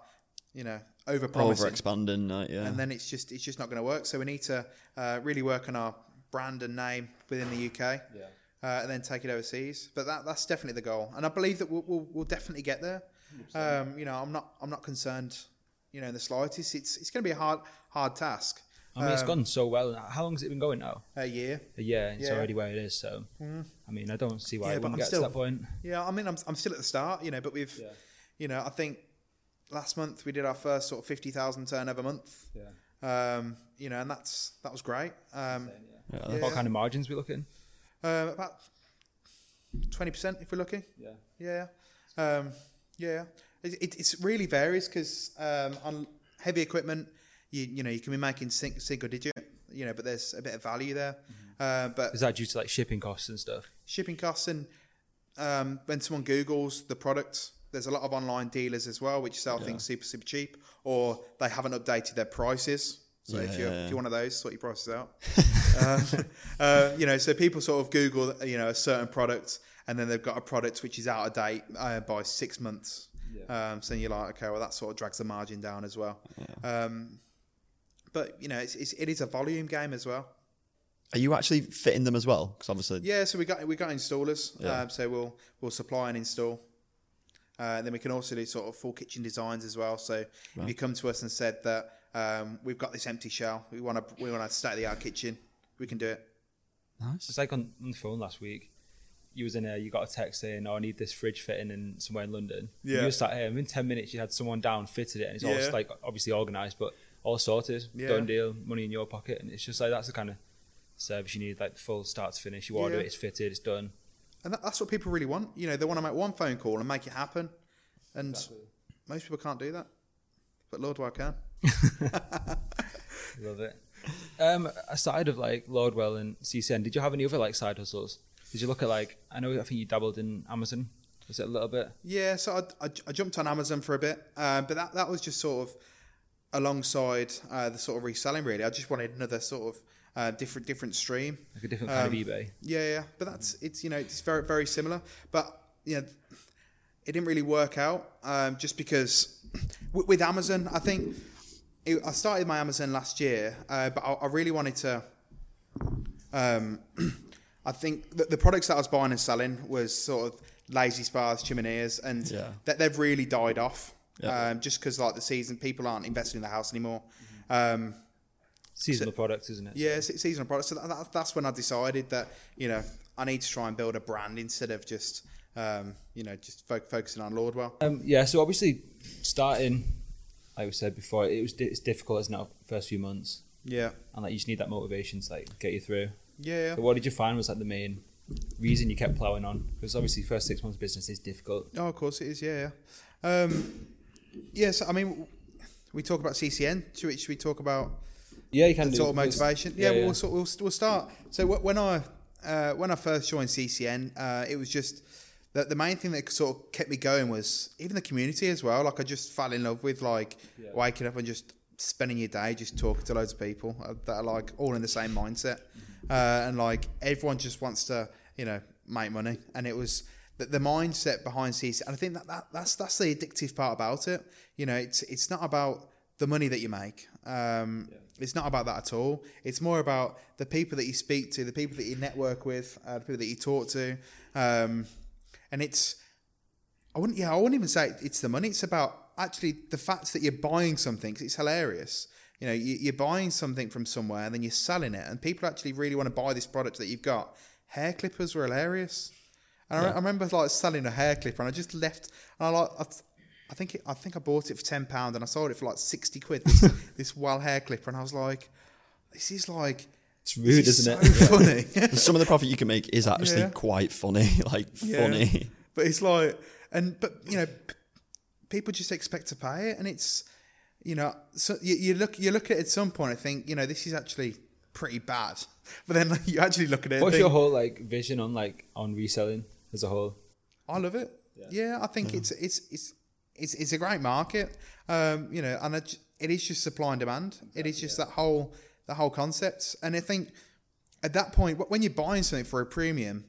you know, over Over promising, expanding, like, uh, yeah. and then it's just it's just not going to work. So we need to uh, really work on our brand and name within the UK, Yeah. uh, and then take it overseas. But that that's definitely the goal, and I believe that we'll we'll, we'll definitely get there. Um, you know, I'm not I'm not concerned, you know, in the slightest. It's it's going to be a hard hard task. I mean, Um, it's gone so well. How long has it been going now? A year. A year. and Yeah. It's Mm-hmm. already where it is. So, I mean, I don't see why Yeah, it but wouldn't I'm get still- to that point. Yeah, I mean, I'm I'm still at the start, you know, but we've, Yeah. you know, I think last month we did our first sort of fifty thousand turnover month. Yeah. Um, you know, and that's that was great. Um, Yeah. Yeah. What kind of margins we looking? um, about twenty percent if we're lucky. Yeah. Yeah, um, yeah. It, it it's really varies because um, on heavy equipment, you you know you can be making sing, single digit, you know, but there's a bit of value there. Uh, but Is that due to like shipping costs and stuff? shipping costs and um, when someone Google's the product, there's a lot of online dealers as well which sell things super super cheap, or they haven't updated their prices. So if you're Yeah. if you're one of those, sort your prices out. uh, uh, you know, so people sort of Google you know a certain product, and then they've got a product which is out of date uh, by six months. Um, so you're like, okay, well that sort of drags the margin down as well. Um, but you know, it's, it's, it is a volume game as well. Are you actually fitting them as well? Because obviously, Yeah, so we got we got installers. Yeah. Um, so we'll we'll supply and install. Uh, and then we can also do sort of full kitchen designs as well. So if you come to us and said that um, we've got this empty shell, we want to we want to state of the art kitchen, we can do it. nice. It's like on, on the phone last week. You was in there. You got a text saying, "Oh, I need this fridge fitting in somewhere in London." Yeah. You were sat here. and in ten minutes, you had someone down fitted it, and it's all Yeah. like obviously organised, but all sorted. Yeah. Done deal. Money in your pocket, and it's just like that's the kind of service you need. Like full start to finish. You order Yeah. it. It's fitted. It's done. And that, that's what people really want. You know, they want to make one phone call and make it happen. And most people can't do that, but Lord, do I can. Love it. Um, aside of like Lordwell and CCN, did you have any other like side hustles? Did you look at like I know I think you dabbled in Amazon. Was it a little bit? Yeah, so I, I, I jumped on Amazon for a bit, um, but that, that was just sort of alongside uh, the sort of reselling. Really, I just wanted another sort of uh, different different stream. Like a different kind Um, of eBay. Yeah, yeah, but that's it's you know it's very very similar, but you know it didn't really work out um, just because with, with Amazon, I think it, I started my Amazon last year, uh, but I, I really wanted to. Um, I think that the products that I was buying and selling was sort of lazy spas, chimeneas, and Yeah. that they've really died off. Yeah. Um, just because like the season, people aren't investing in the house anymore. Um, Seasonal products, isn't it? yeah, se- seasonal products. So that, that, that's when I decided that you know I need to try and build a brand instead of just um, you know just fo- focusing on Lordwell. Um, yeah, so obviously starting, like we said before, it was it's difficult as now first few months, Yeah, and like you just need that motivation to like get you through. yeah, But what did you find was like the main reason you kept plowing on? Because obviously first six months of business is difficult. Oh, of course it is. Yeah, yeah. Um, yes, I mean we talk about CCN. Should we, should we talk about Yeah, you can the do sort of because- motivation. Yeah, We'll, sort, we'll we'll start. So wh- when I uh, when I first joined CCN, uh, it was just that the main thing that sort of kept me going was even the community as well. Like I just fell in love with like waking up and just spending your day just talking to loads of people uh, that are like all in the same mindset, uh, and like everyone just wants to you know make money. And it was the, the mindset behind CC, and I think that, that that's that's the addictive part about it. You know, it's it's not about the money that you make. Um, It's not about that at all. It's more about the people that you speak to, the people that you network with, uh, the people that you talk to, um, and it's I wouldn't. Yeah, I wouldn't even say it's the money. It's about actually the fact that you're buying something. 'cause it's hilarious. You know, you, you're buying something from somewhere and then you're selling it, and people actually really want to buy this product that you've got. Hair clippers were hilarious, and I, re- I remember like selling a hair clipper, and I just left, and I like. I, I think it, I think I bought it for ten pound and I sold it for like sixty quid. This, this well hair clipper, and I was like, "This is like It's rude, this is isn't it? so Funny. And some of the profit you can make is actually Yeah. quite funny. Like Yeah. funny. But it's like, and but you know, p- people just expect to pay it, and it's, you know, so you, you look you look at it at some point and think, you know, this is actually pretty bad, but then like, you actually look at it. and What's think, your whole like vision on like on reselling as a whole? I love it. Yeah, I think it's it's it's it's it's a great market. Um, you know, and it, it is just supply and demand. it is just that whole the whole concept. And I think at that point, wh- when you're buying something for a premium,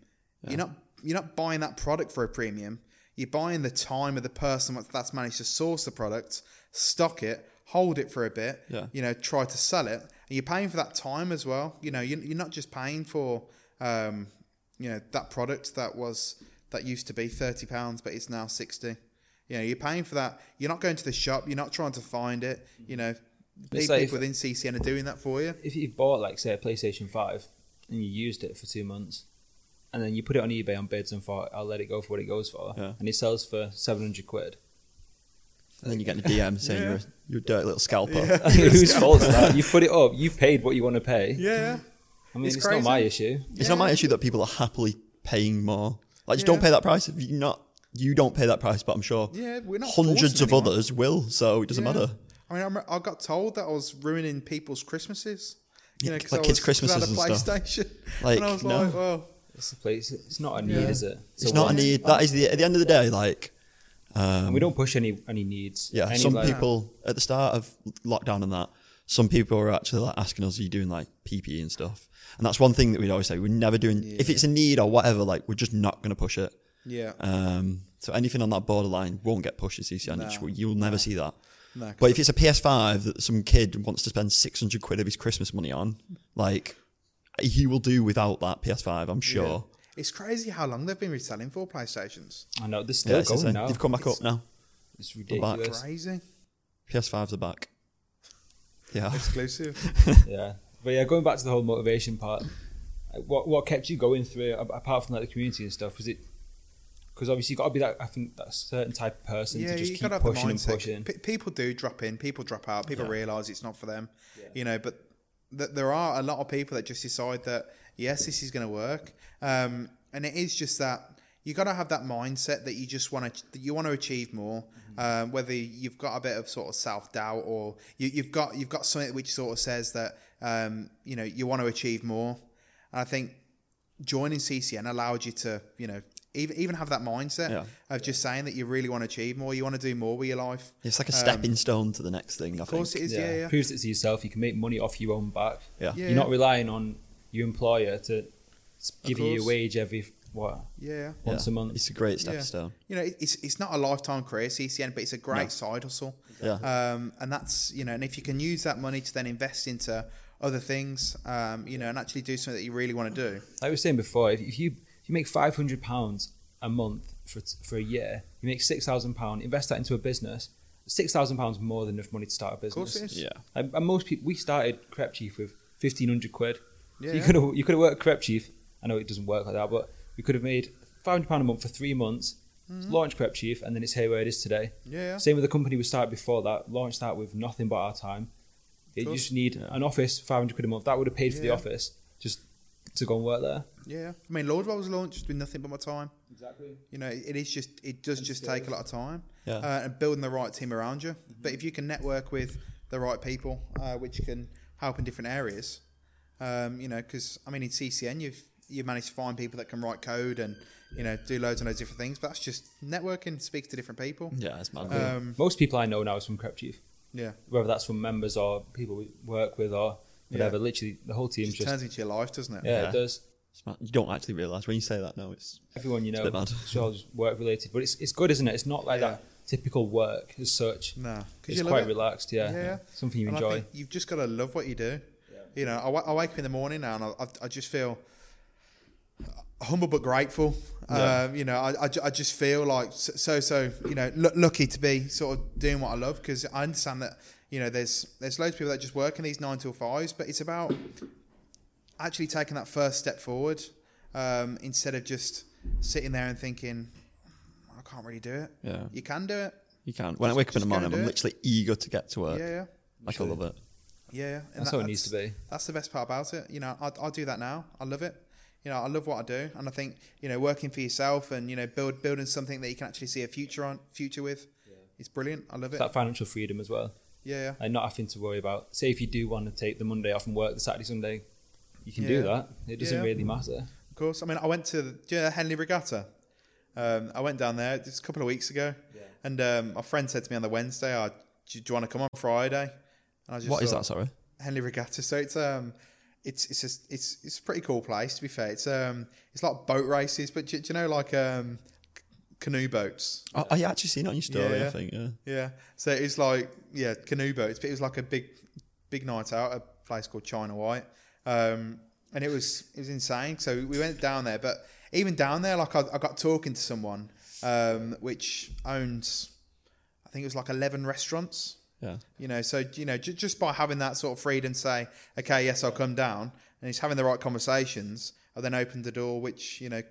you're not you're not buying that product for a premium. You're buying the time of the person that's- that's managed to source the product, stock it, hold it for a bit. Yeah. You know, try to sell it, and you're paying for that time as well. You know, you're, you're not just paying for um, you know that product that was that used to be thirty pounds, but it's now sixty. You know, you're paying for that. You're not going to the shop. You're not trying to find it. You know, It's people like if- within CCN are doing that for you. If you bought like say a PlayStation Five and you used it for two months, and then you put it on eBay on bids and thought I'll let it go for what it goes for, Yeah. and it sells for seven hundred quid. And then you get a DM saying Yeah. you're, a, you're a dirty little scalper. Whose fault is that? You put it up. You paid what you want to pay. Yeah. I mean, It's it's, not crazy. my issue. It's not my issue that people are happily paying more. Like, just Yeah. don't pay that price. If you not, you don't pay that price, but I'm sure Yeah, we're not hundreds forcing of anyone. others will. So it doesn't Yeah. matter. I mean, I, remember- I got told that I was ruining people's Christmases. You know, 'cause like I kids' was- 'cause I had Christmases a and PlayStation. Like, and I was no. like, oh, well, It's a place. It's not a need, is it? It's not a want. need. That is the at the end of the day. Like, And we don't push any any needs. yeah, Any, some like- people at the start of lockdown and that, some people are actually like asking us, "Are you doing like PPE and stuff?" And that's one thing that we'd always say: we're never doing. If it's a need or whatever, like we're just not going to push it. yeah. Um, so anything on that borderline won't get pushed in CCN. It just- You'll never see that. No, 'cause but if it's a PS5 that some kid wants to spend 600 quid of his Christmas money on, like he will do without that PS5, I'm sure. It's crazy how long they've been reselling for PlayStations. I know this Yeah, still it's going insane. now. They've come back up now. It's back. ridiculous. Crazy. PS5s are back. Yeah. Exclusive. yeah, but yeah, going back to the whole motivation part, like, what what kept you going through it, a- apart from like the community and stuff? Was it because obviously you got to be that I think that certain type of person yeah, to just you got keep to have the pushing and mindset. pushing. P- people do drop in, people drop out, people realize it's not for them, you know. But th- there are a lot of people that just decide that yes, this is going to work, um, and it is just that you got to have that mindset that you just want to you want to achieve more. Mm-hmm. Um, whether you've got a bit of sort of self doubt or you, you've got you've got something which sort of says that um, you know you want to achieve more, and I think joining CCN allowed you to, you know, even even have that mindset Yeah. of just saying that you really want to achieve more, you want to do more with your life. It's like a stepping stone to the next thing, I um, Of course, think. it is. Yeah, yeah. proves it to yourself. You can make money off your own back. Yeah. Yeah. you're not relying on your employer to s- give you your course. wage every what yeah. once Yeah. a month. It's a great stepping Yeah. stone. You know, it- it's it's not a lifetime career CCN, but it's a great side hustle. Yeah. Um, and that's you know, and if you can use that money to then invest into other things, um, you know, and actually do something that you really want to do. Like I was saying before, if, if you if you make five hundred pounds a month for t- for a year, you make six thousand pound. Invest that into a business. Six thousand pounds more than enough money to start a business. course it is. Yeah. And, and most people, we started Crep Chief with fifteen hundred quid. So you Yeah. could have you could have worked Crep Chief. I know it doesn't work like that, but we could have made five hundred pound a month for three months. Launch Crep Chief, and then it's here where it is today. Mm-hmm. Yeah. Same with the company we started before that. Launched that with nothing but our time. You course. just need an office, five hundred quid a month. That would have paid for the Yeah. office just to go and work there. Yeah. I mean, Lordwell was launched with nothing but my time. Exactly. You know, it is just it does just take a lot of time, Yeah. uh, and building the right team around you. But if you can network with the right people, uh, which can help in different areas, um, you know, because I mean, in CCN you've you managed to find people that can write code and you know do loads and loads of different things. But that's just networking, speak to different people. Yeah, it's mad. Um, Most people I know now is from Crep Chief. Yeah. whether that's from members or people we work with or whatever. Literally, the whole It team's just, just, turns into your life, doesn't it? yeah, Yeah. it does. It's mad. You don't actually realise when you say that. No, it's Everyone you know, a bit mad. it's all just work related, but it's it's good, isn't it? It's not like Yeah. that typical work as such. No. 'cause It's you love quite it. relaxed, yeah. Something you And I enjoy. think you've just got to love what you do. You know, I, wa- I wake up in the morning now and I, I, I just feel humble but grateful. Um, you know, I, I, ju- I just feel like s- so so you know lu lucky to be sort of doing what I love because I understand that you know there's there's loads of people that just work in these nine till fives, but it's about actually taking that first step forward um, instead of just sitting there and thinking I can't really do it. Yeah. You can do it. You can't. When I Just- wake up in the just go and morning, I'm do it. literally eager to get to work. Yeah, yeah. Like I love it. Yeah, yeah. And That's how it needs to be. That's the best part about it. You know, I, I do that now. I love it. You know, I love what I do, and I think you know, working for yourself and you know, build building something that you can actually see a future on, future with, it's brilliant. I love it. It's that financial freedom as well, yeah, yeah, and not having to worry about. Say if you do want to take the Monday off from work, the Saturday Sunday, you can Yeah. do that. It doesn't Yeah. really matter. of course. I mean, I went to the do you know, Henley Regatta. Um, I went down there just a couple of weeks ago, and um, my friend said to me on the Wednesday, oh, do, you, do you want to come on Friday?" And I just What is thought, that? Sorry. Henley Regatta. So it's um, it's it's just, it's it's a pretty cool place to be fair. It's um, it's like boat races, but do, do you know like um, c- canoe boats? Oh, I actually seen it on your story. Yeah, I yeah. think. Yeah. Yeah. So it's like yeah, canoe boats. But it was like a big big night out at a place called China White, um, and it was it was insane. So we went down there, but even down there, like I, I got talking to someone um, which owns, I think it was like eleven restaurants. Yeah. You know, so you know, j- just by having that sort of freedom, say, okay, yes, I'll come down, and he's having the right conversations, I then opened the door, which you know,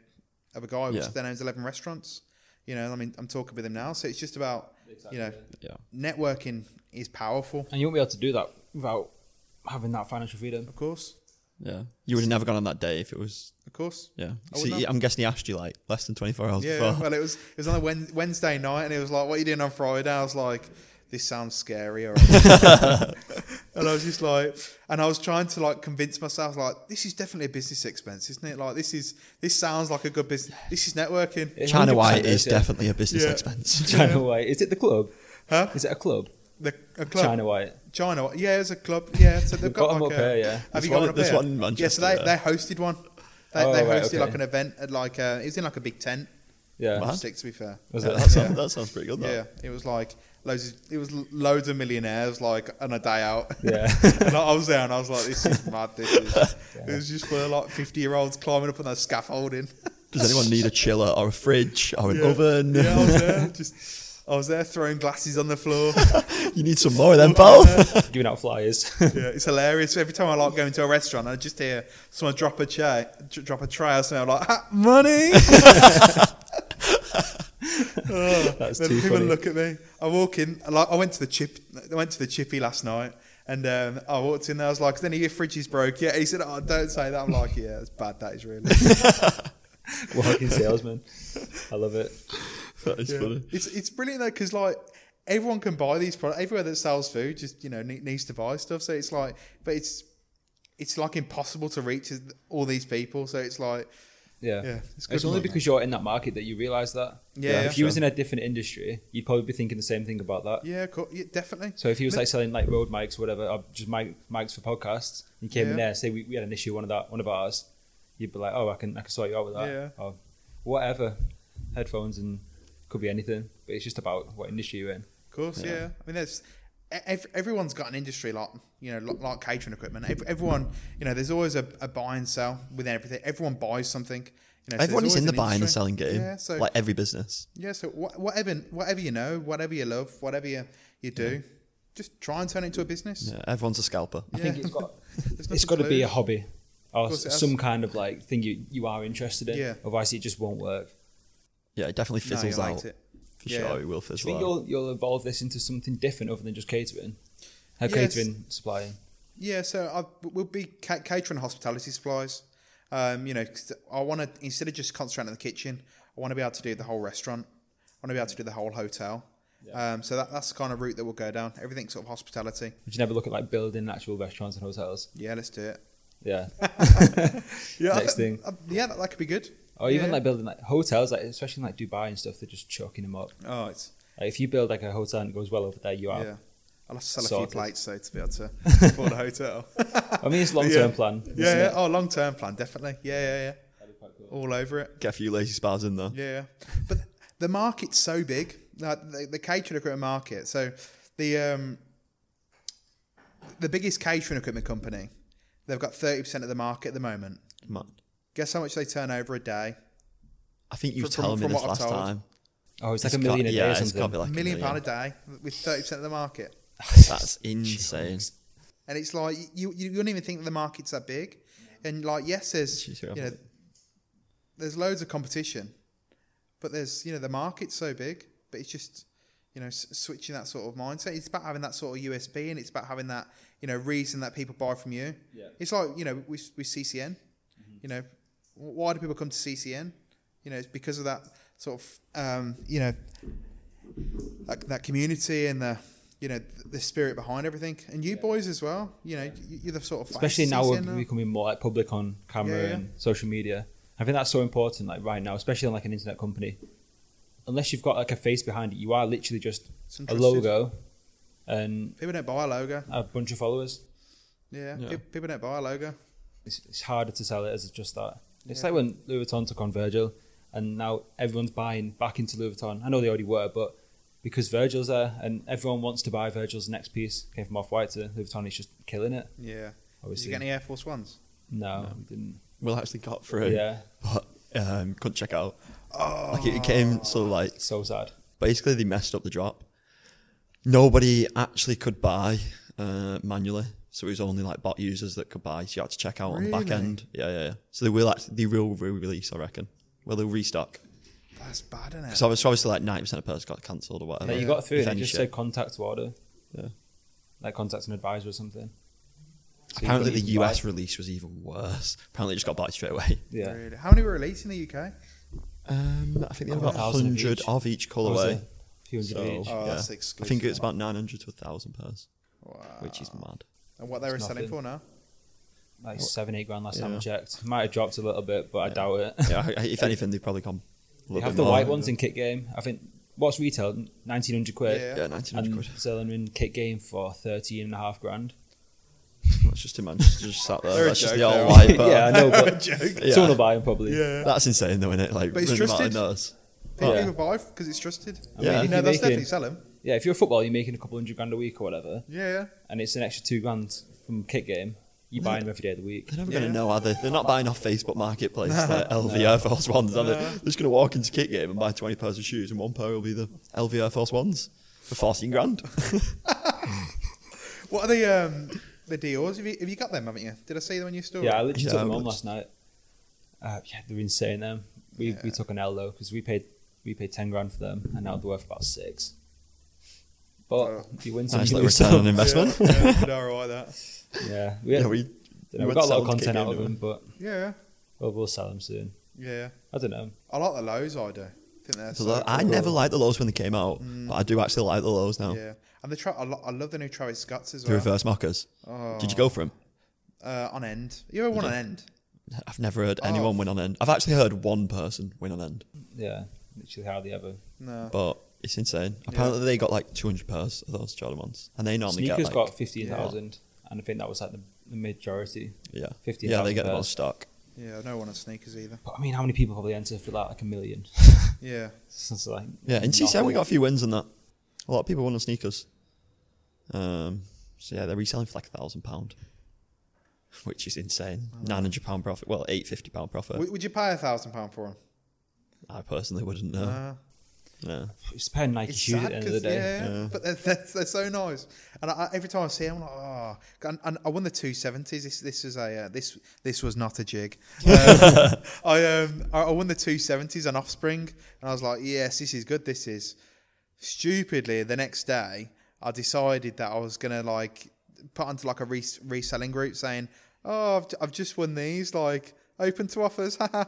of a guy which Yeah. then owns eleven restaurants. You know, I mean, I'm talking with him now, so it's just about you know, Yeah. networking is powerful, And you won't be able to do that without having that financial freedom. of course, Yeah. You would have never gone on that day if it was. of course. Yeah. I So would he- not. I'm guessing he asked you like less than 24 hours Yeah, before. well, it was it was on a Wen- Wednesday night, and it was like, "What are you doing on Friday?" I was like, "This sounds scary," or and I was just like, and I was trying to like convince myself, like, "This is definitely a business expense, isn't it? Like, this is this sounds like a good business. This is networking." It China 100% White is yeah. definitely a business Yeah. expense. China White. Is it the club? Huh? Is it a club? The a club, China White. China, yeah, it's a club, yeah. So they've We've got, got 'em like up a, here, yeah. Have There's you got one- up there's here? one in Manchester, Yeah, so they, yeah. they hosted one. They, Oh, they right, hosted like okay. an event at like a, it was in like a big tent. Yeah. What? Stick to be fair. Was Yeah, it? that, sounds, Yeah. that sounds pretty good. Though. Yeah, it was like loads. Of, it was l- loads of millionaires like on a day out. Yeah. and I was there and I was like, "This is mad. This is." It was just for like fifty-year-olds climbing up on that scaffolding. Does anyone need a chiller or a fridge or an Yeah. oven? Yeah, I was there. Just, I was there throwing glasses on the floor. you need some more of them, pal. Giving out flyers. yeah, it's hilarious. Every time I like go into a restaurant, I just hear someone drop a chair, dr- drop a tray or something. I'm like, ah, money. Oh, That's then too people funny. look at me. I walk in. Like I went to the chip. I went to the chippy last night, and um, I walked in there. I was like, "Is any of your fridges broke?" Yeah. He said, "Oh, don't say that." I'm like, "Yeah, it's bad. That is really." Walking salesman. I love it. that is Yeah. funny. It's it's brilliant though because like everyone can buy these products. Everywhere that sells food just you know ne- needs to buy stuff. So it's like, but it's it's like impossible to reach all these people. So it's like, Yeah. Yeah, it's it's good only fun, because you're in that market that you realise that. Yeah, If yeah. you was in a different industry, you'd probably be thinking the same thing about that. yeah, cool. yeah definitely. So if he was like selling like road mics or whatever, or just mic, mics for podcasts, and you came in Yeah. there, say we, we had an issue, one of that one of ours, you'd be like, Oh, I can I can sort you out with that. Yeah. Or whatever. Headphones and could be anything. But it's just about what industry you're in. Of course, yeah. I mean, there's e-, ev- everyone's got an industry like you know, like, like catering equipment. Ev- Everyone, you know, there's always a, a buy and sell with everything. Everyone buys something. You know, so there's Everyone is always in the an buying and industry. selling game, Yeah, so like every business. yeah, so wha- whatever, whatever you know, whatever you love, whatever you you do, just try and turn it into a business. Yeah, everyone's a scalper. I think it's got There's it's nothing got to be a lose. hobby or course it s- has. some kind of like thing you, you are interested in. Yeah. Otherwise, it just won't work. Yeah, it definitely No, fizzles you out liked it. for Yeah. sure. It will Do you fizzle think out. you'll you'll evolve this into something different other than just catering? How Yes. catering supplying? Yeah, so I will be ca- catering hospitality supplies. Um, you know, 'cause I want to instead of just concentrating on the kitchen, I want to be able to do the whole restaurant. I want to be able to do the whole hotel. Um, so that, that's the kind of route that we'll go down. Everything sort of hospitality. Would you never look at like building actual restaurants and hotels? Yeah, let's do it. Yeah. Yeah, I Next think- thing. uh, yeah, that, that could be good. Or even Yeah. like building like hotels, like especially in like Dubai and stuff, they're just chucking them up. oh, it's Like if you build like a hotel and it goes well over there, you are yeah. I'll have to sell a Oh. Sorted. few plates though to be able to afford a hotel. I mean, it's long term plan. isn't yeah, yeah. it? Oh, long term plan, definitely. Yeah, yeah, yeah. All over it. Get a few lazy spars in there. Yeah, but the market's so big. Like the, the catering equipment market. So the um, the biggest catering equipment company, they've got thirty percent of the market at the moment. Man, Guess how much they turn over a day? I think you were From- from- telling me from this what I've last told. time. Oh, it's like a It's million got- a day yeah, or it's got to something. be like A million million. pound a day with thirty percent of the market, That's insane. and it's like you you, you don't even think the market's that big, and like yes, there's Jeez, you yeah. know, there's loads of competition, but there's you know the market's so big, but it's just you know s- switching that sort of mindset. It's about having that sort of USP, and it's about having that you know reason that people buy from you. Yeah. It's like you know with, with CCN, you know wh- why do people come to CCN? You know it's because of that sort of um, you know that, that community and the you know th- the spirit behind everything, and you boys as well. You know you- you're the sort of face Especially of now we're CCN becoming more like public on camera Yeah, yeah. and social media. I think that's so important, like right now, especially on like an internet company. Unless you've got like a face behind it, you are literally just It's a untrusted. logo and People don't buy a logo. a bunch of followers. Yeah, Yeah. pe- people don't buy a logo. it's, it's harder to sell it as just that. It's like when Louis Vuitton took on Virgil, and now everyone's buying back into Louis Vuitton. I know they already were, but because Virgil's there and everyone wants to buy Virgil's next piece, came from Off White to Louis Vuitton, he's just killing it. Yeah. Did Obviously, you get any Air Force Ones? no, we didn't. Will actually got through. Yeah. But um, couldn't check out. Oh. Like it, it came so like So sad. basically they messed up the drop. Nobody actually could buy uh, manually, so it was only like bot users that could buy. So you had to check out on the back Really? end. Yeah, yeah, yeah. So they will actually they will re-release, I reckon. Well, they'll restock. That's bad, isn't it? So obviously, obviously like ninety percent of pairs got cancelled or whatever. Like, you got through, If and it any just shit. said contact to order. Yeah. Like contact an advisor or something. So you Apparently, couldn't the even US buy- release was even worse. Apparently, it just got bought straight away. Yeah. Really? How many were released in the UK? Um, I think they had Oh, about 1,000 of hundred each. of each Obviously, colourway. a few hundred So, each. Oh, yeah. that's I think exclusive. Ah. it's about nine hundred to thousand pairs, Wow. which is mad. And what they were It's selling nothing. for now? Like seven, eight grand last time I Yeah. checked. Might have dropped a little bit, but I doubt it. Yeah, I- I- if anything, they've probably gone. a You little have bit the more. white ones in kit game. I think what's retail nineteen hundred quid. Yeah. Yeah, nineteen hundred And quid. selling in kit game for thirteen and a half grand. That's just in Manchester, just sat there. They're a That's just the joke, old though. white. But yeah, I know, but Joke. Yeah. someone will buy them probably. Yeah. that's insane, though, isn't it? Like, But it's running about trusted. in those. People Yeah. even buy because it's trusted. mean, Yeah. You if know, you're that's making- definitely sell them. Yeah, if you're a footballer, you're making a couple hundred grand a week or whatever, Yeah, yeah. and it's an extra two grand from kit game. You buy them every day of the week. They're never Yeah. going to know, are they? They're not buying off Facebook Marketplace like LV Air Force Ones, are they? They're just going to walk into Kit Game and buy 20 pairs of shoes, and one pair will be the LV Air Force Ones for 14 grand. What are the um, the Dior's? Have you, have you got them, haven't you? Did I see them on your story? Yeah, I literally Yeah, took them I on would. last night. Uh, yeah, they're insane. Them we, we took an L though because we paid we paid ten grand for them, and now they're worth about six. But Oh. you win some, nice you little lose return on some. investment. Yeah, yeah, they're all right, that. Yeah, we, Yeah, had, we, we, we got a lot sold of Kit Game, content out of didn't them, but Yeah, Well, we'll sell them soon. yeah, yeah. I don't know. I like the lows. I do. I think they're. we? So So that- I never liked the lows when they came out, but I do actually like the lows now. Yeah, and the tra- I, lo- I love the new Travis Scott's as The well. reverse mockers. Did you go for them? Uh, on end. You ever want an end? I've never heard Oh. anyone win on end. I've actually heard one person win on end, Yeah, literally hardly ever. No. but it's insane. Apparently, they got like 200 pairs of those Jordan ones, and they normally Sneakers get like, got fifteen thousand, and I think that was like the, the majority. yeah, 15,000 yeah, they get them on pairs. stock. Yeah, I don't want sneakers either. But I mean, how many people probably enter for that? Like a million. Yeah. so it's like Yeah, in CCN nothing. we got a few wins on that. A lot of people won on sneakers. Um, so yeah, they're reselling for like a thousand pound, which is insane. Oh. Nine hundred pound profit. Well, eight fifty pound profit. Would, would you pay a thousand pound for them? I personally wouldn't know. Uh, No. It's a pair of Nike it's shoes at sad the end of the 'cause- day. yeah, but they're, they're, they're so nice. And I, I- every time I see them, I'm like, oh. And, and I won the two seventies. This this is a uh, this this was not a jig. Um, I um I I won the two seventies on Offspring, and I was like, yes, this is good. This is stupidly the next day I decided that I was gonna like put onto like a res- reselling group saying, "Oh, I've, j- I've just won these, like open to offers." haha."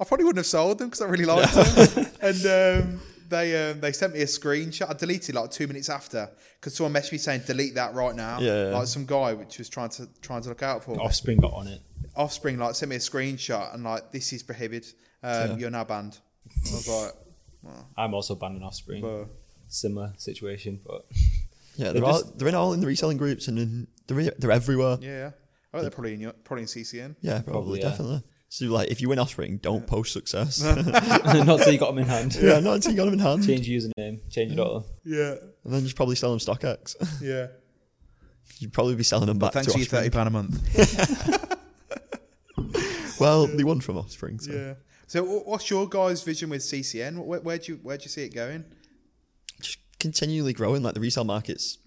I probably wouldn't have sold them because I really liked them. and um, they um, they sent me a screenshot. I deleted like two minutes after because someone messaged me saying, "Delete that right now." Yeah, yeah. like some guy which was trying to trying to look out for me. Offspring got on it. Offspring like sent me a screenshot and like, "This is prohibited. Um, You're now banned." I was like, I'm also banning Offspring. "Well." Similar situation, but Yeah, They they're all, just- they're in all in the reselling groups and in, they're in- they're everywhere. Yeah, Yeah, I bet they're probably in your, probably in CCN. probably, Probably, yeah. definitely. So like, if you win offspring, don't post success. Not till you got them in hand. yeah, not until you got them in hand, Change your username, change it all. Yeah, and then just probably sell them StockX. yeah. You'd probably be selling them back Thanks to for your offspring. thirty pound a month. Well, they won from offspring. So. yeah. So, wh- what's your guys' vision with CCN? Where, where do you where do you see it going? just continually growing. Like the resale markets,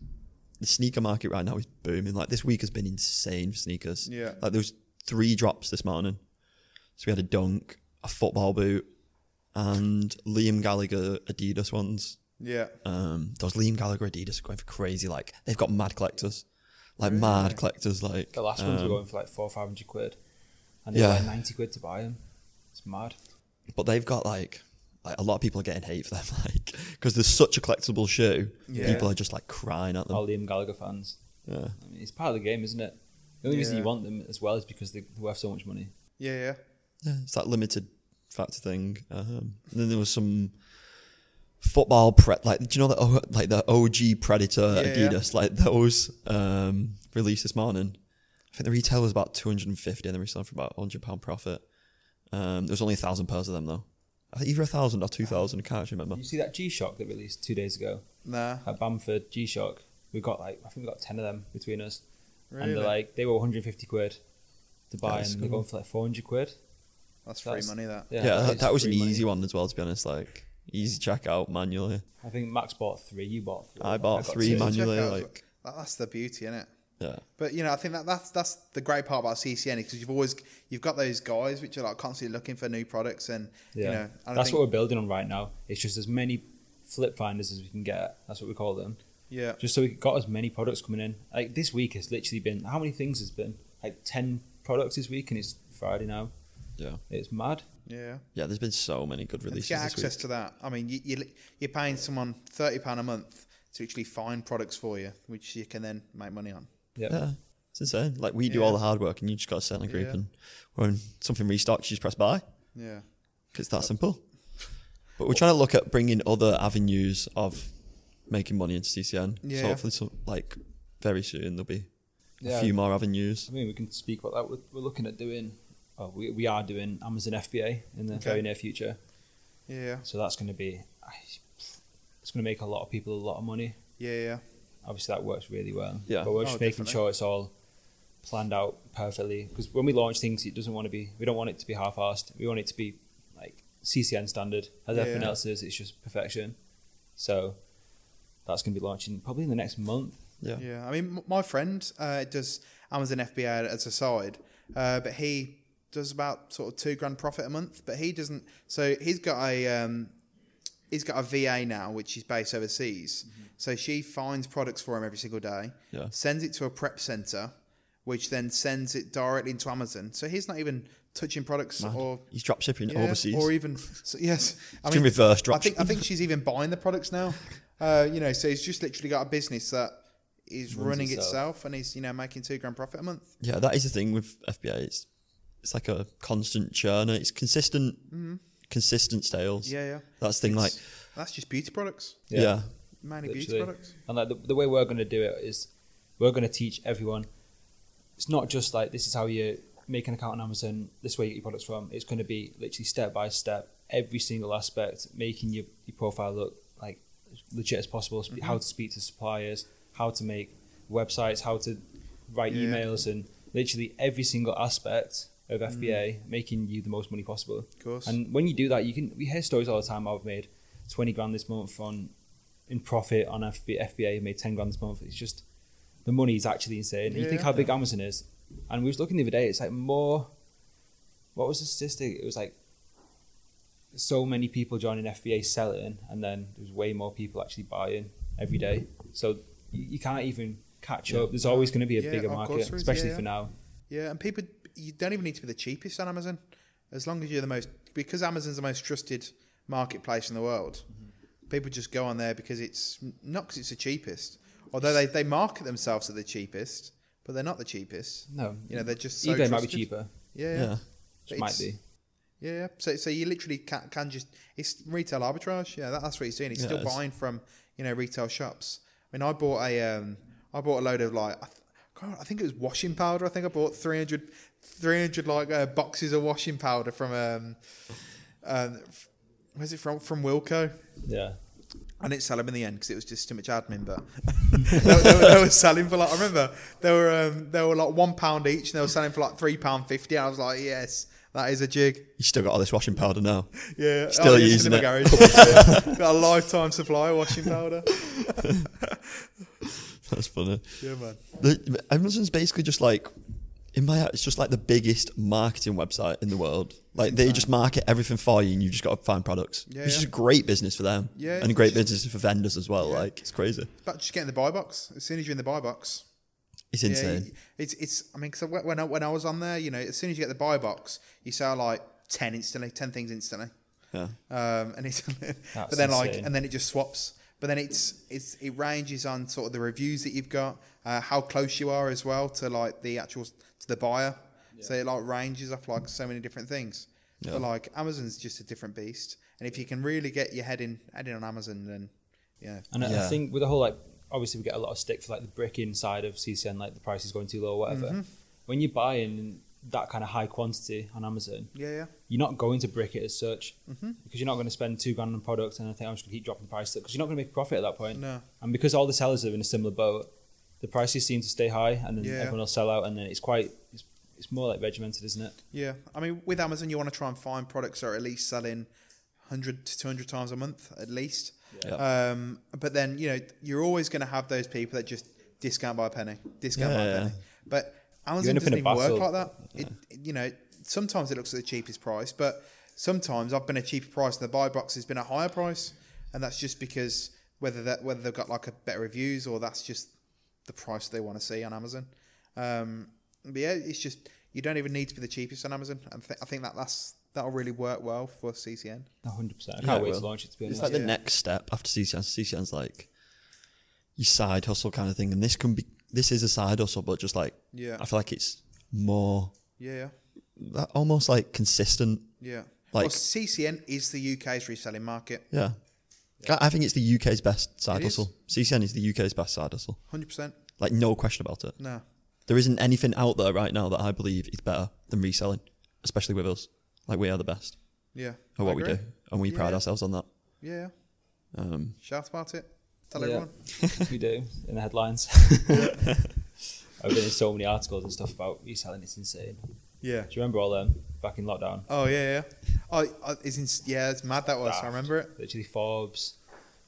the sneaker market right now is booming. Like this week has been insane for sneakers. Yeah. Like there was three drops this morning. So we had a dunk, a football boot, and Liam Gallagher Adidas ones. Yeah, Um, those Liam Gallagher Adidas are going for crazy. Like they've got mad collectors, like mad collectors. Like The last ones were going for like four, five hundred quid, and they Um, yeah. were like ninety quid to buy them. It's mad. but they've got like like a lot of people are getting hate for them, like because there's such a collectible shoe. Yeah. People are just like crying at them. All Liam Gallagher fans. Yeah. I mean, it's part of the game, isn't it? The only reason Yeah. you want them as well is because they- they're worth so much money. yeah, yeah. yeah, it's that limited factor thing. Um, and then there was some football pre- like do you know that oh, like the OG Predator Yeah, yeah. Adidas like those um, released this morning. I think the retail was about two hundred and fifty, and they were selling for about hundred pound profit. Um, there was only a thousand pairs of them though, I think either a thousand or two thousand. I can't actually remember. You see that G Shock that released two days ago? Nah. at Bamford G Shock. We got like I think we got ten of them between us, and Really? they're like they were 150 quid to buy, That's and they're cool. going for like 400 quid. That's free That's- money. That. Yeah, that, is that was an free money. easy one as well. To be honest, like easy checkout manually. I think Max bought three. You bought three. I bought got three two. Check manually. out- Like that- that's the beauty in it. yeah. But you know, I think that that's that's the great part about CCN because you've always you've got those guys which are like constantly looking for new products and Yeah, you know and I that's think- what we're building on right now. It's just as many flip finders as we can get. That's what we call them. yeah Just so we got as many products coming in. Like this week has literally been how many things has been like 10 products this week, and it's Friday now. Yeah. It's mad. yeah. Yeah, there's been so many good And releases. to get this week. access to that, I mean, you, you you're paying someone thirty pound a month to actually find products for you, which you can then make money on. Yeah. Yeah, it's insane. Like we do all Yeah. the hard work, and you just got to sit in a group, Yeah. and when something restocks, you just press buy. Yeah, It's that simple. But we're trying to look at bringing other avenues of making money into CCN. Yeah. So hopefully, some, like very soon there'll be Yeah. a few more avenues. I mean, we can speak about that. We're, we're looking at doing, oh, we, we are doing Amazon FBA in the very near future. yeah, So that's going to be, it's going to make a lot of people a lot of money. yeah, yeah. Obviously, that works really well. Yeah. But we're Oh, just making definitely. sure it's all planned out perfectly. Because when we launch things, it doesn't want to be, we don't want it to be half assed. We want it to be like CCN standard. As Yeah. everything else is, it's just perfection. So that's going to be launching probably in the next month. Yeah. Yeah, I mean, m- my friend uh, does Amazon FBA as a side, uh, but he does about sort of two grand profit a month. But he doesn't. So he's got a um, he's got a VA now, which is based overseas. So she finds products for him every single day, Mm-hmm. Yeah. sends it to a prep center, which then sends it directly into Amazon. So he's not even touching products or He's drop shipping yeah, overseas. or e- even so, yes. I Doing reverse I think I dropshipping. think she's even buying the products now. Uh, you know, so he's just literally got a business that is running itself. itself. and he's you know making two grand profit a month. yeah, that is the thing with FBA. It's it's like a constant churner. It's consistent, consistent sales. Mm-hmm. Yeah, yeah. That's the thing. Like, That's just beauty products, Yeah. yeah, mainly beauty Literally. products. And like the, the way we're going to do it is we're going to teach everyone. It's not just like this is how you make an account on Amazon. This is where you get your products from. It's going to be literally step by step, every single aspect, making your, your profile look like as legit as possible. Mm-hmm. sp- How to speak to suppliers, how to make websites, how to write Yeah. emails, and literally every single aspect of FBA, Mm-hmm. making you the most money possible. Of course. And when you do that, you can. We hear stories all the time. I've made twenty grand this month on in profit on FB, FBA. Made ten grand this month. It's just the money is actually insane. you Yeah, think how big Amazon is, and we was looking the other day. It's like more. What was the statistic? It was like so many people joining FBA selling, and then there's way more people actually buying every day. So you, you can't even catch up. There's always going to be a Yeah, bigger of market, course there is. Yeah, especially yeah. for now. Yeah, and people you don't even need to be the cheapest on Amazon, as long as you're the most because Amazon's the most trusted marketplace in the world. Mm-hmm. People just go on there because it's not because it's the cheapest, although they, they market themselves as the cheapest, but they're not the cheapest. No, You know, they're just so eBay might be trusted. cheaper. Yeah, yeah. yeah. But It might it's- be. Yeah, yeah. So, so you literally can, can just it's retail arbitrage. Yeah, that, that's what he's doing. He's Yeah, still it's- buying from you know retail shops, I mean, I bought a, um, I bought a load of like, I, th- God, I think it was washing powder. I think I bought 300, 300 like uh, boxes of washing powder from, um, um, f- where's it from? From Wilco. Yeah. I didn't sell them in the end because it was just too much admin. But they, were- they were, they were selling for like I remember they were um, they were like one pound each, and they were selling for like three pound fifty. I was like, yes, that is a jig. You still got all this washing powder now. Yeah, oh, Still yeah, it's using in it. my garage. Yeah. Got a lifetime supply of washing powder. That's funny. Yeah, man. The, Amazon's basically just like, in my it's just like the biggest marketing website in the world. Like they just market everything for you, and you just got to find products. Yeah, it's just yeah. a great business for them, Yeah, and a it's great just- business for vendors as well. Like it's crazy. But just get in the buy box. As soon as you're in the buy box, It's yeah, insane. y- it's it's. I mean, because when I, when I was on there, you know, as soon as you get the buy box, you sell like ten instantly, ten things instantly. yeah. um, and it's but then like insane. and then it just swaps but then it's it's it ranges on sort of the reviews that you've got uh, how close you are as well to like the actual to the buyer so it like ranges off like so many different things but like amazon's just a different beast and if you can really get your head in head in on amazon then yeah And I- Yeah. I think with the whole like, obviously we get a lot of stick for like the brick inside of CCN, like the price is going too low or whatever. Mm-hmm. When you're buying that kind of high quantity on Amazon, yeah yeah you're not going to brick it as such Mm-hmm. because you're not going to spend two grand on product. And I think I'm just going to keep dropping the price because you're not going to make a profit at that point. No. And because all the sellers are in a similar boat, the prices seem to stay high, and then Yeah. everyone will sell out, and then it's quite. It's, it's more like regimented, isn't it? yeah i mean with amazon you want to try and find products that are at least selling 100 to 200 times a month at least um, but then you know you're always going to have those people that just discount by a penny discount by Yeah. a penny but You amazon end up in doesn't a even work battle. like that it, it- you know sometimes it looks at the cheapest price but sometimes i've been a cheaper price and the buy box has been a higher price and that's just because whether that whether they've got like a better reviews or that's just the price they want to see on amazon um, but yeah it's just you don't even need to be the cheapest on amazon and th- i think that that's that'll really work well for ccn 100%. I can't Yeah, it wait to will. launch it, to be honest. It's like the next step after CCN. CCN's like your side hustle kind of thing, and this can be this is a side hustle, but just like Yeah. I feel like it's more yeah yeah that almost like consistent. Yeah. Like- well, CCN is the UK's reselling market. Yeah, I I think it's the UK's best side It is. hustle. CCN is the UK's best side hustle. 100%. Like no question about it. No. There isn't anything out there right now that I believe is better than reselling, especially with us. Like we are the best Yeah. at I Oh, what we agree. do, and we pride Yeah. ourselves on that. Yeah. Um, Shout about it. Tell Yeah. everyone. we do in the headlines. I've been in so many articles and stuff about reselling. It's insane. Do Yeah. you remember all them back in lockdown? Oh, yeah, yeah. Oh, oh, it's in, yeah, it's mad that was. Daft. I remember it. Literally Forbes,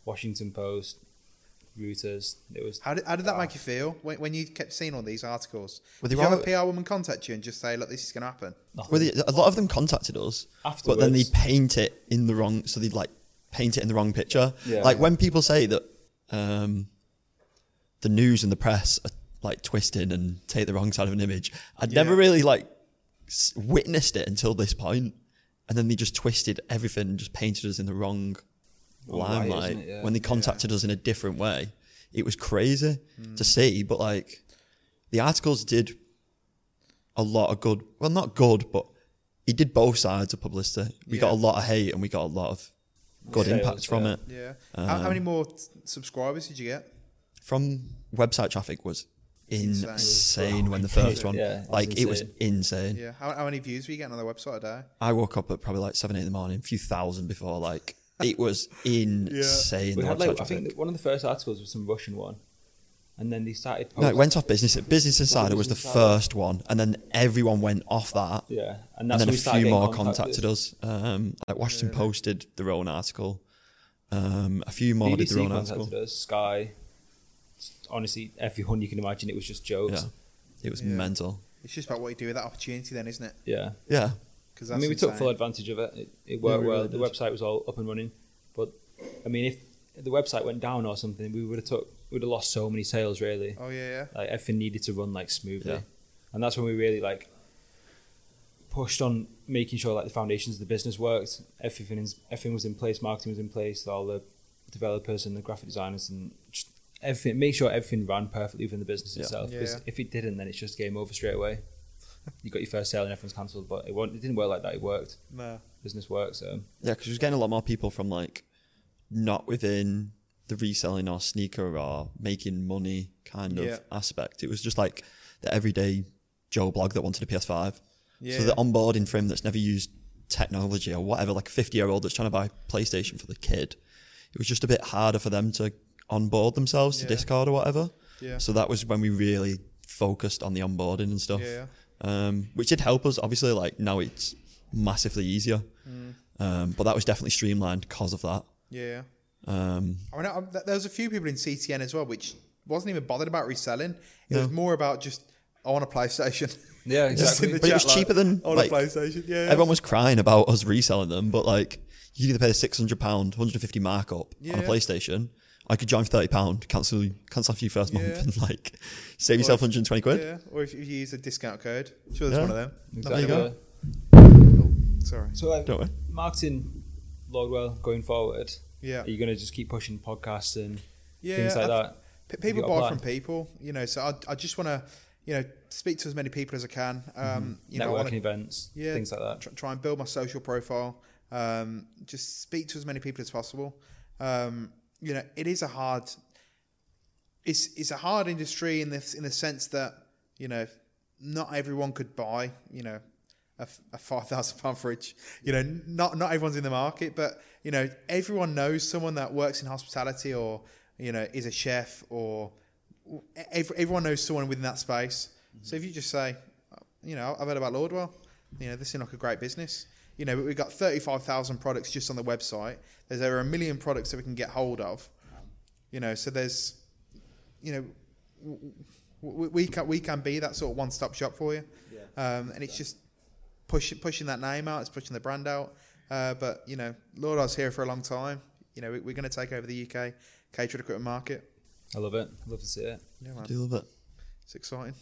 Washington Post, Reuters. It was How did, how did that Daft. make you feel when, when you kept seeing all these articles? Well, did they you have a were- PR woman contact you and just say, look, this is going to happen? nothing. Well, they, a lot of them contacted us, but then they Afterwards. paint it in the wrong. So they'd like paint it in the wrong picture. Yeah. Like when people say that um, the news and the press are like twisted and take the wrong side of an image, I'd never Yeah. really like s- witnessed it until this point, and then they just twisted everything and just painted us in the wrong Wrong light, isn't limelight. it? Yeah. Hmm. When they contacted us in a different way, it was crazy to see. But like the articles did a lot of good. Well, not good, but he did both sides of publicity. We got a Yeah. lot of hate and we got a lot of good Sales, impacts from yeah. it. Yeah. how, how Um, many more t- subscribers did you get? From website traffic was Insane. insane, when the first one, Yeah, it like was it was insane. insane. Yeah. How, how many views were you getting on the website a day? I woke up at probably like seven, eight in the morning, a few thousand before. Like it was insane. we the had website like I traffic. think that one of the first articles was some Russian one, and then they started. Posting, no, it went off business. Business Insider was the Business Insider. first one, and then everyone went off that. Yeah, and and that's then when a we started few getting more contacted. contacted us. Um, like Washington posted their own article. Um, a few more did BBC their own contacted article. us. Sky. Honestly, everyone you can imagine, it was just jokes. Yeah, it was Yeah. mental. It's just about what you do with that opportunity, then, isn't it? yeah. Yeah, Because I mean, we took full advantage of it. It, it worked we well. really the did. website was all up and running, but I mean, if the website went down or something, we would have took we would have lost so many sales. Really, Oh, yeah, yeah. like everything needed to run like smoothly, Yeah. and that's when we really like pushed on making sure like the foundations of the business worked. Everything is, everything was in place. Marketing was in place. All the developers and the graphic designers and just everything. Make sure everything ran perfectly within the business Yeah. itself. Yeah, 'cause yeah. if it didn't, then it's just game over straight away. You got your first sale and everyone's cancelled, but it, won't, it didn't work like that. It worked No. business works. So yeah, because she was getting a lot more people from like not within the reselling or sneaker or making money kind of Yeah. aspect. It was just like the everyday Joe blog that wanted a PS5. Yeah. So the onboarding for him that's never used technology or whatever, like a 50 year old that's trying to buy PlayStation for the kid, it was just a bit harder for them to onboard themselves to Yeah. Discord or whatever. Yeah. So that was when we really focused on the onboarding and stuff Yeah, um, which did help us. Obviously, like now it's massively easier, Mm. um, but that was definitely streamlined because of that. Yeah. Um, I mean, I, there was a few people in CTN as well, which wasn't even bothered about reselling. It was more about just I want a PlayStation. Yeah, Just in exactly. the But it was chat, like, cheaper than, I want like, a PlayStation. Yeah, yeah. Everyone was crying about us reselling them, but like you could either pay the six hundred pound, hundred and fifty markup on Yeah. a PlayStation. I could join for thirty pound, cancel cancel after your first month, Yeah. and like save yourself hundred and twenty quid. yeah. Or if, if you use a discount code, sure, there's Yeah. one of them. Exactly. There you go. Sorry. So, like, Don't we? marketing Lordwell going forward. Yeah. Are you going to just keep pushing podcasts and Yeah, things like I- that? P- You people got buy a from plan? people, you know. So I, I just want to, you know, speak to as many people as I can. Um, you know, I Mm-hmm. Networking want to events, yeah, things like that. Try, try and build my social profile. Um, just speak to as many people as possible. Um, you know, it is a hard. It's it's a hard industry in this in the sense that you know not everyone could buy you know a, f- a five thousand pound fridge. You know, not not everyone's in the market, but you know everyone knows someone that works in hospitality or you know is a chef or ev- everyone knows someone within that space. So if you just say, you know, I've heard about Lordwell. You know, this seems like a great business. You know, we've got 35,000 products just on the website. There's over a million products that we can get hold of. You know, so there's, you know, w- w- we can we can be that sort of one stop shop for you. Um, and it's just push, pushing that name out. It's pushing the brand out. Uh, but you know, Lordwell's here for a long time. You know, we, we're going to take over the UK catered equipment market. I love it. I love to see it. Yeah, I man, do love it. it's exciting.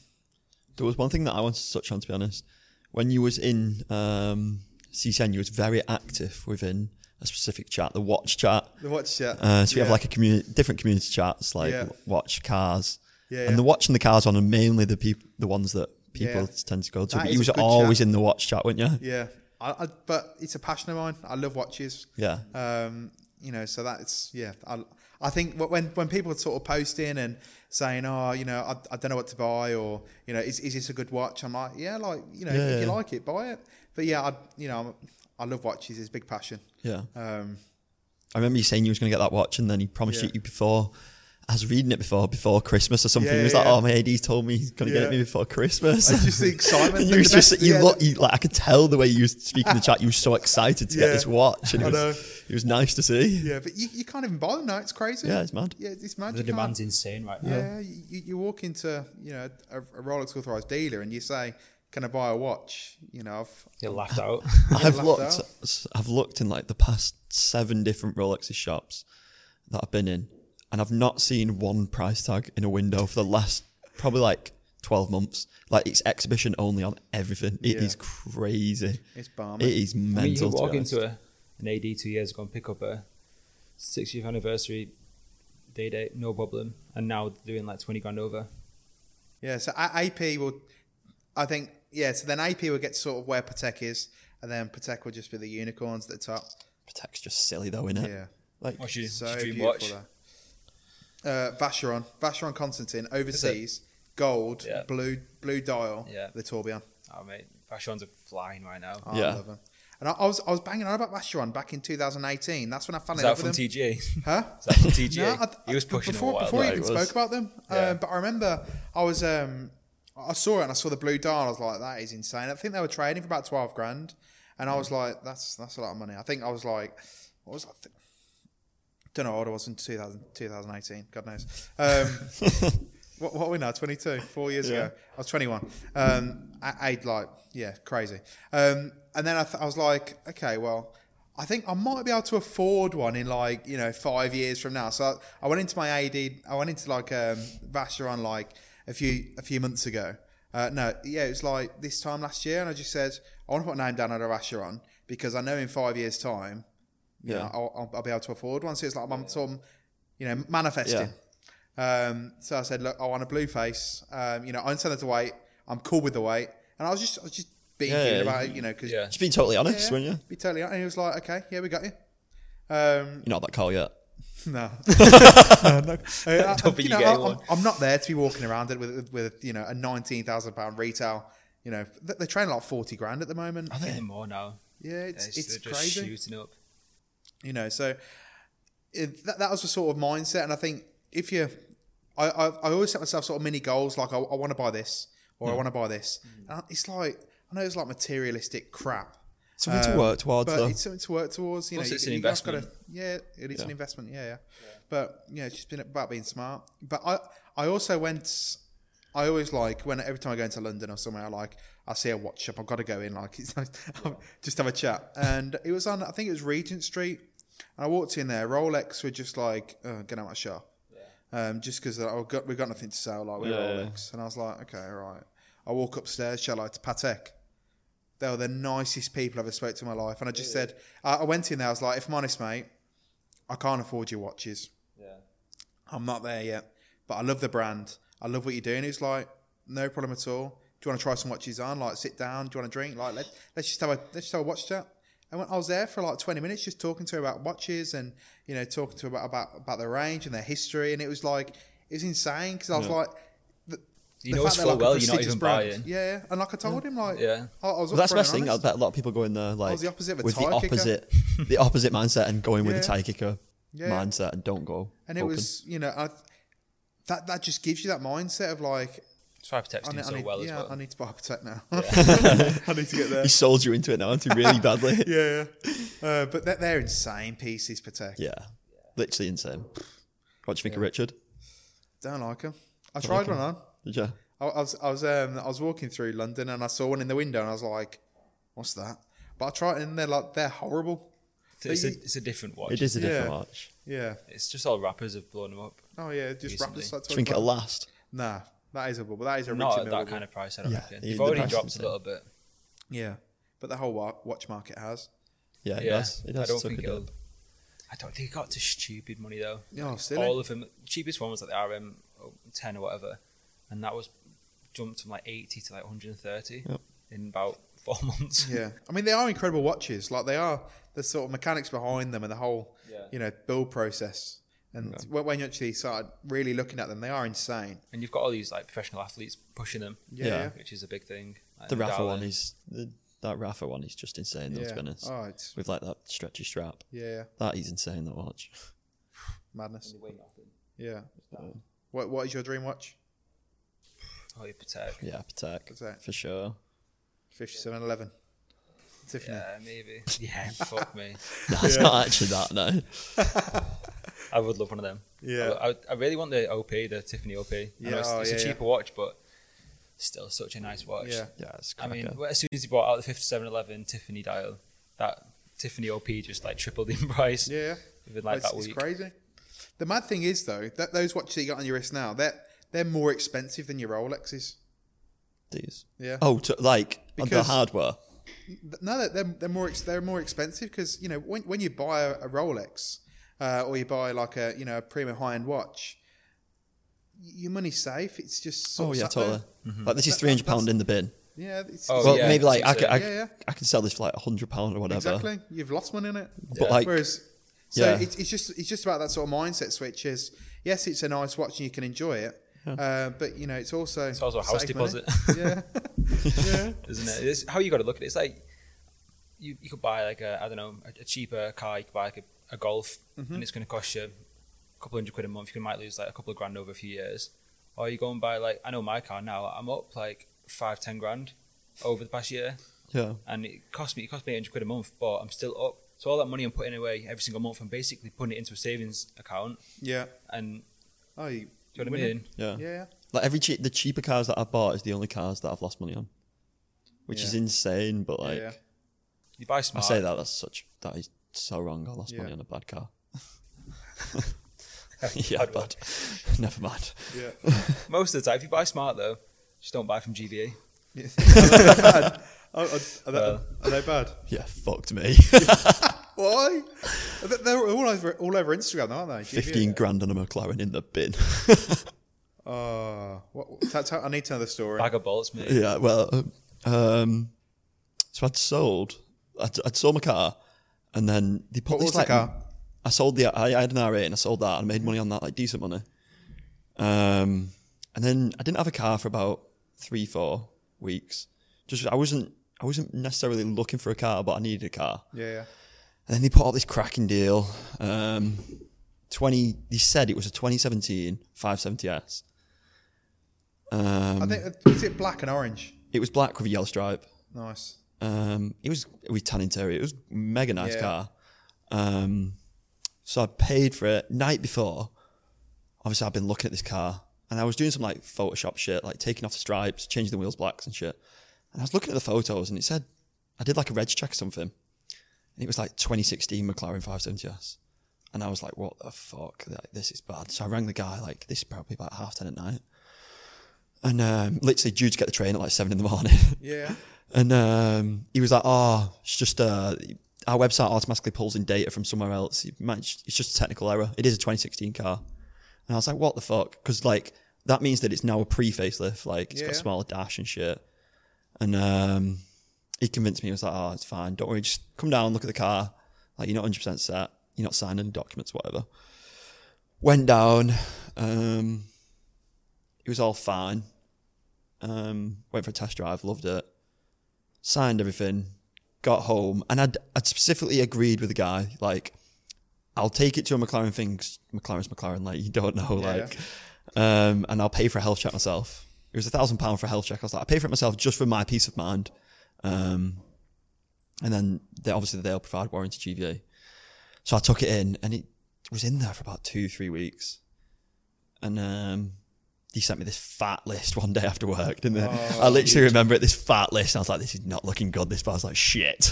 There was one thing that I wanted to touch on, to be honest. When you was in um, CCN, you was very active within a specific chat, the watch chat. The watch chat. Uh, so we have Yeah. like a community, different community chats, like Yeah. watch cars, Yeah, yeah. and the watch and the cars one are mainly the people, the ones that people Yeah. tend to go to. That but is you a was good always chat. in the watch chat, weren't you? Yeah, I, I, but it's a passion of mine. I love watches. Yeah. Um, you know, so that's yeah. I, I think wh- when when people sort of posting and saying, oh, you know, I, I don't know what to buy, or you know, is, is this a good watch? I'm like, yeah, like you know, Yeah, if you yeah. like it, buy it. But yeah, I you know, I'm, I love watches. It's a big passion. Yeah. Um, I remember you saying you was going to get that watch, and then he promised Yeah. it you before. I was reading it before before Christmas or something. Yeah, he was yeah, like, yeah. "Oh, my AD told me he's going to get it Yeah. me before Christmas." It's just the excitement. and The- you was the just best- you yeah, look you, like I could tell the way you speak in the chat. You were so excited to get Yeah. this watch, and it I was, it was nice to see. yeah, but you, you can't even buy them now. It's crazy. Yeah, it's mad. Yeah, it's mad. The You can't- demand's insane right now. Yeah, you, you walk into you know a, a Rolex authorized dealer and you say, "Can I buy a watch?" You know, I've You're laughed out. I've laughed looked. I've looked in like the past seven different Rolex's shops that I've been in, and I've not seen one price tag in a window for the last probably like twelve months. Like it's exhibition only on everything. It is Yeah. crazy. it's balm. It is mental. I mean, you could to be walk honest. into a, an AD two years ago and pick up a 60th anniversary day date, no problem. And now they're doing like 20 grand over. Yeah, so A- AP will, I think, yeah. So then AP will get sort of where Patek is, and then Patek will just be the unicorns at the top. Patek's just silly though, isn't it? Yeah, Like What's your, so what's your dream beautiful. watch? There. Uh, Vacheron, Vacheron Constantin, overseas, gold, Yeah. blue, blue dial, Yeah. the Tourbillon. Oh, mate. Fashions are flying right now. Oh, Yeah. I love them. And I, I was I was banging on about Vacheron back in 2018. That's when I fell Is in that love from with them. TGA? Is huh? that from TGA? No, I th- he was b- pushing before, them a while before back. you even it was. spoke about them. Yeah. Um, but I remember I was um, I saw it and I saw the blue dial. I was like, that is insane. I think they were trading for about twelve grand, and I Hmm. was like, that's that's a lot of money. I think I was like, what was I? Th- don't know how old I was in 2000, 2018. God knows. Um, what, what are we now? 22, four years ago. I was 21. Um, I, I'd like, yeah, crazy. Um, and then I, th- I was like, okay, well, I think I might be able to afford one in like, you know, five years from now. So I, I went into my AD, I went into like um, Vacheron like a few, a few months ago. Uh, no, yeah, it was like this time last year. And I just said, I want to put a name down on a Vacheron because I know in five years' time, you Yeah. know, I'll, I'll, I'll be able to afford one. So it's like I'm sort of, you know, manifesting. Um, so I said, look, I want a blue face. Um, you know, I understand the weight. I'm cool with the weight. And I was just, I was just being Yeah, cute yeah, about it, you know, because Yeah. Just being totally honest, yeah, weren't you? be totally. honest. And he was like, okay, yeah, we got you. Um, You're not that call yet. No, no. Uh, I, Don't think you you know, get I, am anyone. not there to be walking around it with, with, with you know a nineteen thousand pound retail. You know, th- they're trading like forty grand at the moment. I think more now. Yeah, it's It's, it's, they're just crazy. shooting up. You know, so it, that, that was the sort of mindset, and I think if you, I, I, I always set myself sort of mini goals, like I, I want to buy this or I want to buy this, and it's like I know it's like materialistic crap. Something to Um, work towards, but though. it's something to work towards. You Plus know, it's you, an you- that's investment. gotta- yeah, it is an investment. Yeah, yeah. But yeah, it's just been about being smart. But I, I also went. I always like when every time I go into London or somewhere, I like I see a watch shop. I've got to go in. Like it's like, just have a chat. And it was on. I think it was Regent Street. And I walked in there. Rolex were just like, oh, get out of my shop. Um, just because oh, got, we've got nothing to sell, like we're Yeah, yeah. Rolex. And I was like, okay, all right. I walk upstairs, shall I, to Patek they were the nicest people I ever spoke to in my life. And I just said, I, I went in there, I was like, if I'm honest, mate, I can't afford your watches. Yeah. I'm not there yet, but I love the brand. I love what you're doing. It's like, no problem at all. Do you want to try some watches on? Like, sit down. Do you want to drink? Like, let, let's just have a let's just have a watch chat. And when I was there for like 20 minutes, just talking to her about watches and you know talking to her about about, about their range and their history, and it was like it was insane because I was like, the, You the know fact it's they're, full like, a well you're not prestigious even brand. buying. Yeah, yeah. and like I told him, like, Yeah. I, I was. Well, that's the upfront best and thing. I honest. bet a lot of people go in there like Oh, the opposite of a with the tie kicker. opposite, the opposite mindset, and going with Yeah. the tie kicker Yeah. mindset and don't go. and it open. was you know I, that that just gives you that mindset of like That's why Protect's I doing need, I so need- well as yeah well. I need to buy a protect now I need to get there He sold you into it now, into really badly. yeah. yeah yeah uh, but they're, they're insane pieces protect literally insane. What do you think of Richard? don't like them I tried one on Did you? I, I was I was um, I was walking through London and I saw one in the window and I was like what's that but I tried it and they're like they're horrible It's a, you- it's a different watch. It is a different Yeah. watch. yeah It's just all rappers have blown them up. oh yeah just wrap this Recently. like Do you think it'll last? nah that is a bubble that is a Not Richard at Mille that bubble. kind of price, I don't Yeah, reckon. the- They've the already price dropped is a the little bit. yeah but the whole wa- watch market has Yeah, it yeah, does. It does. I don't took think a it'll. dip. I don't think it got to stupid money though. oh silly All of them. Cheapest one was like the RM ten or whatever, and that was jumped from like eighty to like one hundred and thirty Yep. in about four months. Yeah, I mean they are incredible watches. Like they are the sort of mechanics behind them and the whole Yeah. you know build process. And when when you actually start really looking at them, they are insane. And you've got all these like professional athletes pushing them, Yeah, yeah. which is a big thing. Like The Rafa Nadal one and- is the, that Rafa one is just insane. Though, yeah. to be honest, Oh, it's with like that stretchy strap, yeah, that is insane. That watch. madness. Yeah. What What is your dream watch? Oh, you protect. Yeah, Patek Patek. for sure. Fifty-seven eleven. Tiffany. Yeah, maybe. Yeah, fuck me. No, it's not actually that. No, I would love one of them. Yeah. I, I, I really want the OP, the Tiffany OP. I know Yeah, it's, oh, it's yeah, a yeah. cheaper watch, but still such a nice watch. Yeah. yeah, it's I cracker. mean, well, as soon as he brought out the 5711 Tiffany dial, that Tiffany OP just like tripled in price. Yeah. Within like it's, that it's week. crazy. The mad thing is though that those watches that you got on your wrist now, they're they're more expensive than your Rolexes. These. Yeah. Oh, to, like on the Because- hardware. Th- No, they're- they're they're more ex- they're more expensive because you know when when you buy a, a Rolex uh, or you buy like a you know a premium high end watch, y- your money's safe. It's just sort Oh of yeah, sat there. totally. Like this is three hundred pound in the bin. Yeah, it's, Oh, it's- Well, yeah, maybe like I it's could, I, insane. Yeah, yeah. I could sell this for like hundred pound or whatever. exactly. You've lost money in it. But, like, whereas, so yeah. it's it's just it's just about that sort of mindset switch. Is yes, it's a nice watch and you can enjoy it, uh, but you know it's also It's also a house save money. deposit. yeah, yeah, isn't it? It's how you got to look at it. It's like you, you could buy like a I don't know a, a cheaper car. You could buy like a, a Golf, and it's going to cost you a couple hundred quid a month. You can might lose like a couple of grand over a few years, or you go and buy like I know my car now. I'm up like five ten grand over the past year, Yeah. and it cost me it cost me eight hundred quid a month, but I'm still up. So all that money I'm putting away every single month, I'm basically putting it into a savings account. yeah. And Oh, you, do you know you're what I winning. mean? Yeah. Yeah, Like every cheap, the cheaper cars that I bought is the only cars that I've lost money on, which is Yeah. insane. But like, yeah. Uh, You buy I smart. say that that's such that is so wrong. I lost money Yeah. on a bad car. yeah, Bad bad. Never mind. yeah. Most of the time, if you buy smart though, just don't buy from GBA. Yeah. are they bad? Are, Oh, are, are, they, Uh. Well. are they bad? Yeah, fucked me. Why? They- They're all over all over Instagram, aren't they? GBA. Fifteen grand on a McLaren in the bin. Oh, what, ta- ta- I need to know the story. Bag of bolts, mate. Yeah, well, um, um, so I'd sold, I'd, I'd sold my car, and then they put What this was the like car? I sold the I, I had an R8 and I sold that and made money on that, like decent money. Um, and then I didn't have a car for about three, four weeks. Just I wasn't I wasn't necessarily looking for a car, but I needed a car. Yeah, yeah. And then they put out this cracking deal. Um, 20, they said it was a 2017 570S. Um. I think uh, is it black and orange? It was black with a yellow stripe. Nice. Um, it was with tan interior. It was a mega nice Yeah. car. Um, so I paid for it night before. Obviously, I've been looking at this car, and I was doing some like Photoshop shit, like taking off the stripes, changing the wheels blacks and shit. And I was looking at the photos, and it said I did like a reg check or something, and it was like 2016 McLaren 570s. And I was like, "What the fuck? Like, this is bad." So I rang the guy. Like, this is probably about half ten at night, and um, literally due to get the train at like seven in the morning. Yeah. And um, he was like, "Oh, it's just uh, our website automatically pulls in data from somewhere else. It might, it's just a technical error. It is a 2016 car." And I was like, "What the fuck?" Because like that means that it's now a pre-facelift. Like it's got Yeah. a smaller dash and shit. And um, he convinced me. He was like, "Oh, it's fine. Don't worry. Just come down, look at the car. Like you're not 100 percent set. You're not signing any documents, whatever." Went down. Um, it was all fine. Um, went for a test drive. Loved it signed everything, got home, and I'd, I'd specifically agreed with the guy, like, I'll take it to a McLaren thing, 'cause McLaren's McLaren, like, you don't know, Yeah. like, um, and I'll pay for a health check myself. It was a thousand pound for a health check. I was like, I pay for it myself just for my peace of mind. Um, and then they obviously they'll provide warranty GVA. So I took it in and it was in there for about two, three weeks. And um, he sent me this fat list one day after work, didn't they? Oh, I literally remember it, this fat list. And I was like, this is not looking good, this, but I was like, shit.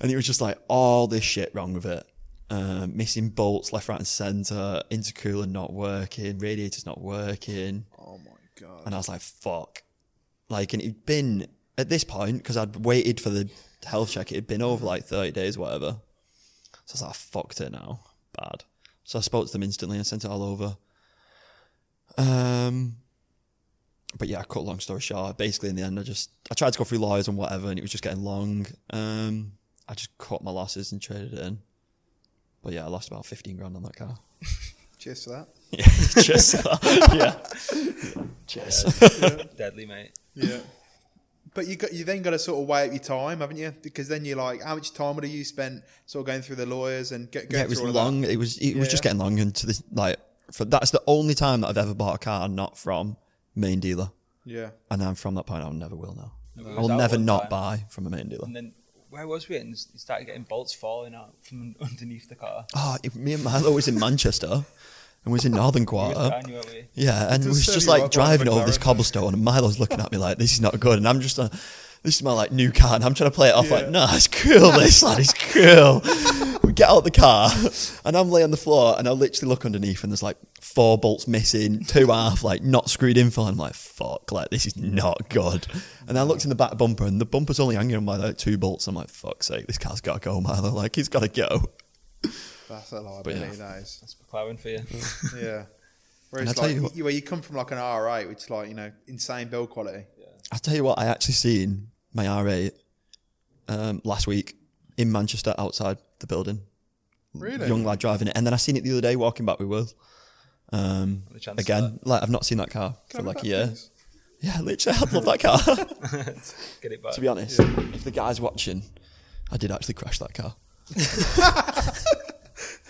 and it was just like all this shit wrong with it. Um, missing bolts left, right, and centre, intercooler not working, radiator's not working. Oh my god. And I was like, fuck. Like, and it'd been at this point, because I'd waited for the health check, it had been over like 30 days, whatever. So I was like, I fucked it now. Bad. So I spoke to them instantly and sent it all over. Um, but yeah, I cut a long story short. Basically, in the end, I just I tried to go through lawyers and whatever, and it was just getting long. Um, I just cut my losses and traded it in. But yeah, I lost about fifteen grand on that car. Cheers to that. Yeah, just yeah, just Deadly, mate. Yeah. But you got you then got to sort of weigh up your time, haven't you? Because then you're like, how much time would have you spent sort of going through the lawyers and get, going yeah, it was through all of that? long. It was it was just Yeah. getting long, and to this like for, that's the only time that I've ever bought a car not from main dealer, Yeah. and then from that point, I never will now. No, it was I'll that never one not time. buy from a main dealer. And then where was we? And you started getting bolts falling out from underneath the car. Oh, if me and Milo was in Manchester, and was in Northern We were Quarter. dying, weren't we? Yeah, and Does it was serve just you like right, driving Brian over this McLaren. cobblestone, and Milo's looking at me like, "This is not good," and I'm just like, "This is my like new car," and I'm trying to play it off like, Yeah. "No, it's cool. This lad is cool." we get out the car, and I'm laying on the floor, and I literally look underneath, and there's like four bolts missing, two half, like not screwed in full. I'm like, "Fuck, like this is not good." And I looked in the back bumper, and the bumper's only hanging on by like two bolts. I'm like, "Fuck's sake, this car's got to go, Milo. Like he's got to go." That's a liability, yeah. that is. That's McLaren for Hmm. you. Yeah. And I'll Whereas tell like, you you, what- where you come from like an R8, which is like, you know, insane build quality. I'll tell you what, I actually seen my R8 um, last week in Manchester outside the building. Really? Young lad driving it. And then I seen it the other day walking back with Will. Um, The chance again, of like I've not seen that car Can I for have like a that, year. please? Yeah, literally, I'd love that car. that. Get it back. to be honest, if the guy's watching, I did actually crash that car.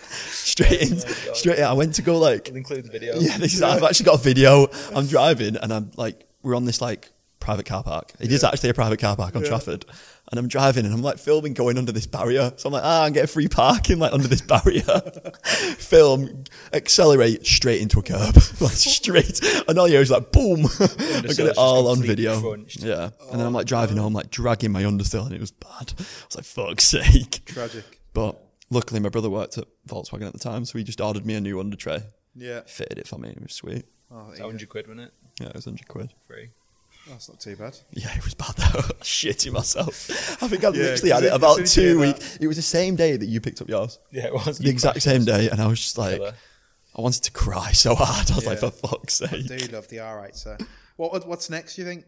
straight Oh in, straight out. I went to go like We'll include the video. yeah, this is, I've actually got a video. I'm driving and I'm like, we're on this like private car park. It is actually a private car park on Trafford. And I'm driving and I'm like filming going under this barrier. So I'm like, ah, I'm getting free parking like under this barrier. Film, accelerate straight into a curb, like straight. And all you hear is like, boom. I got just it all on completely video. crunched. Oh, Yeah. And then I'm like driving home, like dragging my undersill and it was bad. I was like, fuck's sake. Tragic. But luckily my brother worked at Volkswagen at the time. So he just ordered me a new under tray Yeah. fitted it for me. It was sweet. Oh, there It's you go. 100 quid, wasn't it? Yeah, it was 100 quid. Free. That's not too bad. Yeah, it was bad though. I shitting myself. I think I literally 'cause had it- as soon it about as you two hear weeks. It was the same day that you picked up yours. Yeah, it was. The exact same day. And I was just like, Killer. I wanted to cry so hard. I was like, Yeah. for fuck's sake. do love the R8. So, what what- what's next? Do you think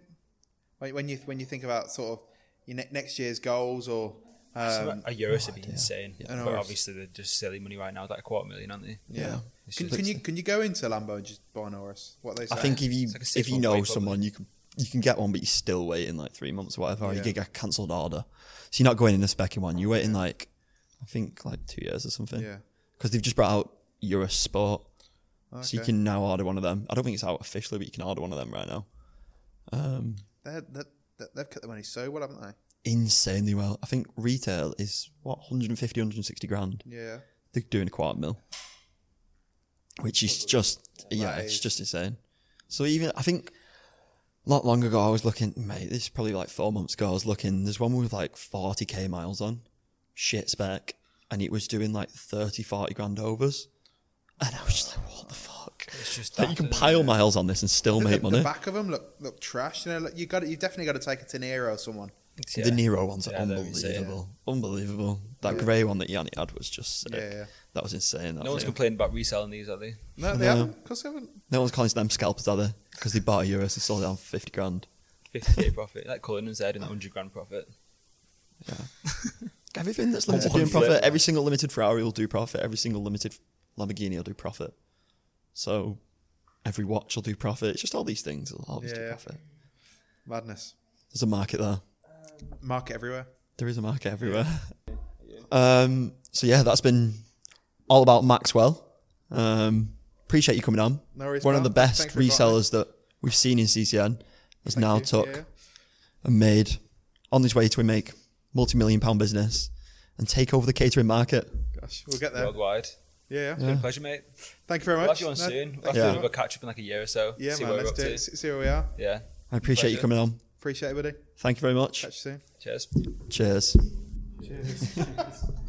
Like, when you when you think about sort of your ne- next year's goals or um, So a euro would be idea. insane. An But Euros. obviously they're just silly money right now, like a quarter million, aren't they? Yeah. It's Can, just- can you can you go into Lambo and just buy an Oris? What they say? I think if you It's like a if you six-month know wait, someone, you can you can get one, but you're still waiting like three months or whatever. or You Yeah. get a cancelled order, so you're not going in a speccy one. You're waiting like I think like two years or something. Yeah. because they've just brought out Euro Sport, so you Okay. can now order one of them. I don't think it's out officially, but you can order one of them right now. Um, They're, they're, they're- they've cut the money so well, haven't they? insanely well. I think retail is what 150, 160 grand. Yeah. They're doing a quarter mil, which is just yeah, That it's is- just insane. So even I think not long ago I was looking, mate. This is probably like four months ago. I was looking. There's one with like 40k miles on, shit spec, and it was doing like 30, 40 grand overs, and I was just like, what the fuck? It's just Like, you that, can isn't it? pile miles on this and still The, make the money. back of them look look trash. You know, look, you got you definitely got to take a Tenero or someone. The Yeah. Nero ones are Yeah, they're insane. unbelievable, unbelievable. That grey one that Yanni had was just sick. Yeah, yeah. That was insane. That No one's thing. complaining about reselling these, are they? No, they haven't. Because they haven't. No one's calling them scalpers, are they? Because they bought a Euros and sold it on 50 grand. 50k profit, like Cullinan said, and 100 grand profit. Everything that's limited one doing profit. flip. Every single limited Ferrari will do profit. Every single limited Lamborghini will do profit. So every watch will do profit. It's just all these things will always do Yeah. profit. Madness. There's a market there. Market everywhere. There is a market everywhere. Um, so yeah, that's been all about Maxwell. Um, appreciate you coming on. No worries, One of pal. the best Thanks for inviting resellers that we've seen in CCN has now You- took yeah. and made on his way to make multi-million pound business and take over the catering market. Gosh, we'll get there. Worldwide. Yeah, yeah. Been a pleasure, mate. Thank you very much. We'll have you on No, soon. We'll thank have you to Yeah. very have a much. catch up in like a year or so. Yeah, see man. where we're Let's up do to. it. See see where we are. Yeah. I appreciate you Pleasure. coming on. Appreciate it, buddy. Thank you very much. Catch you soon. Cheers. Cheers. Cheers.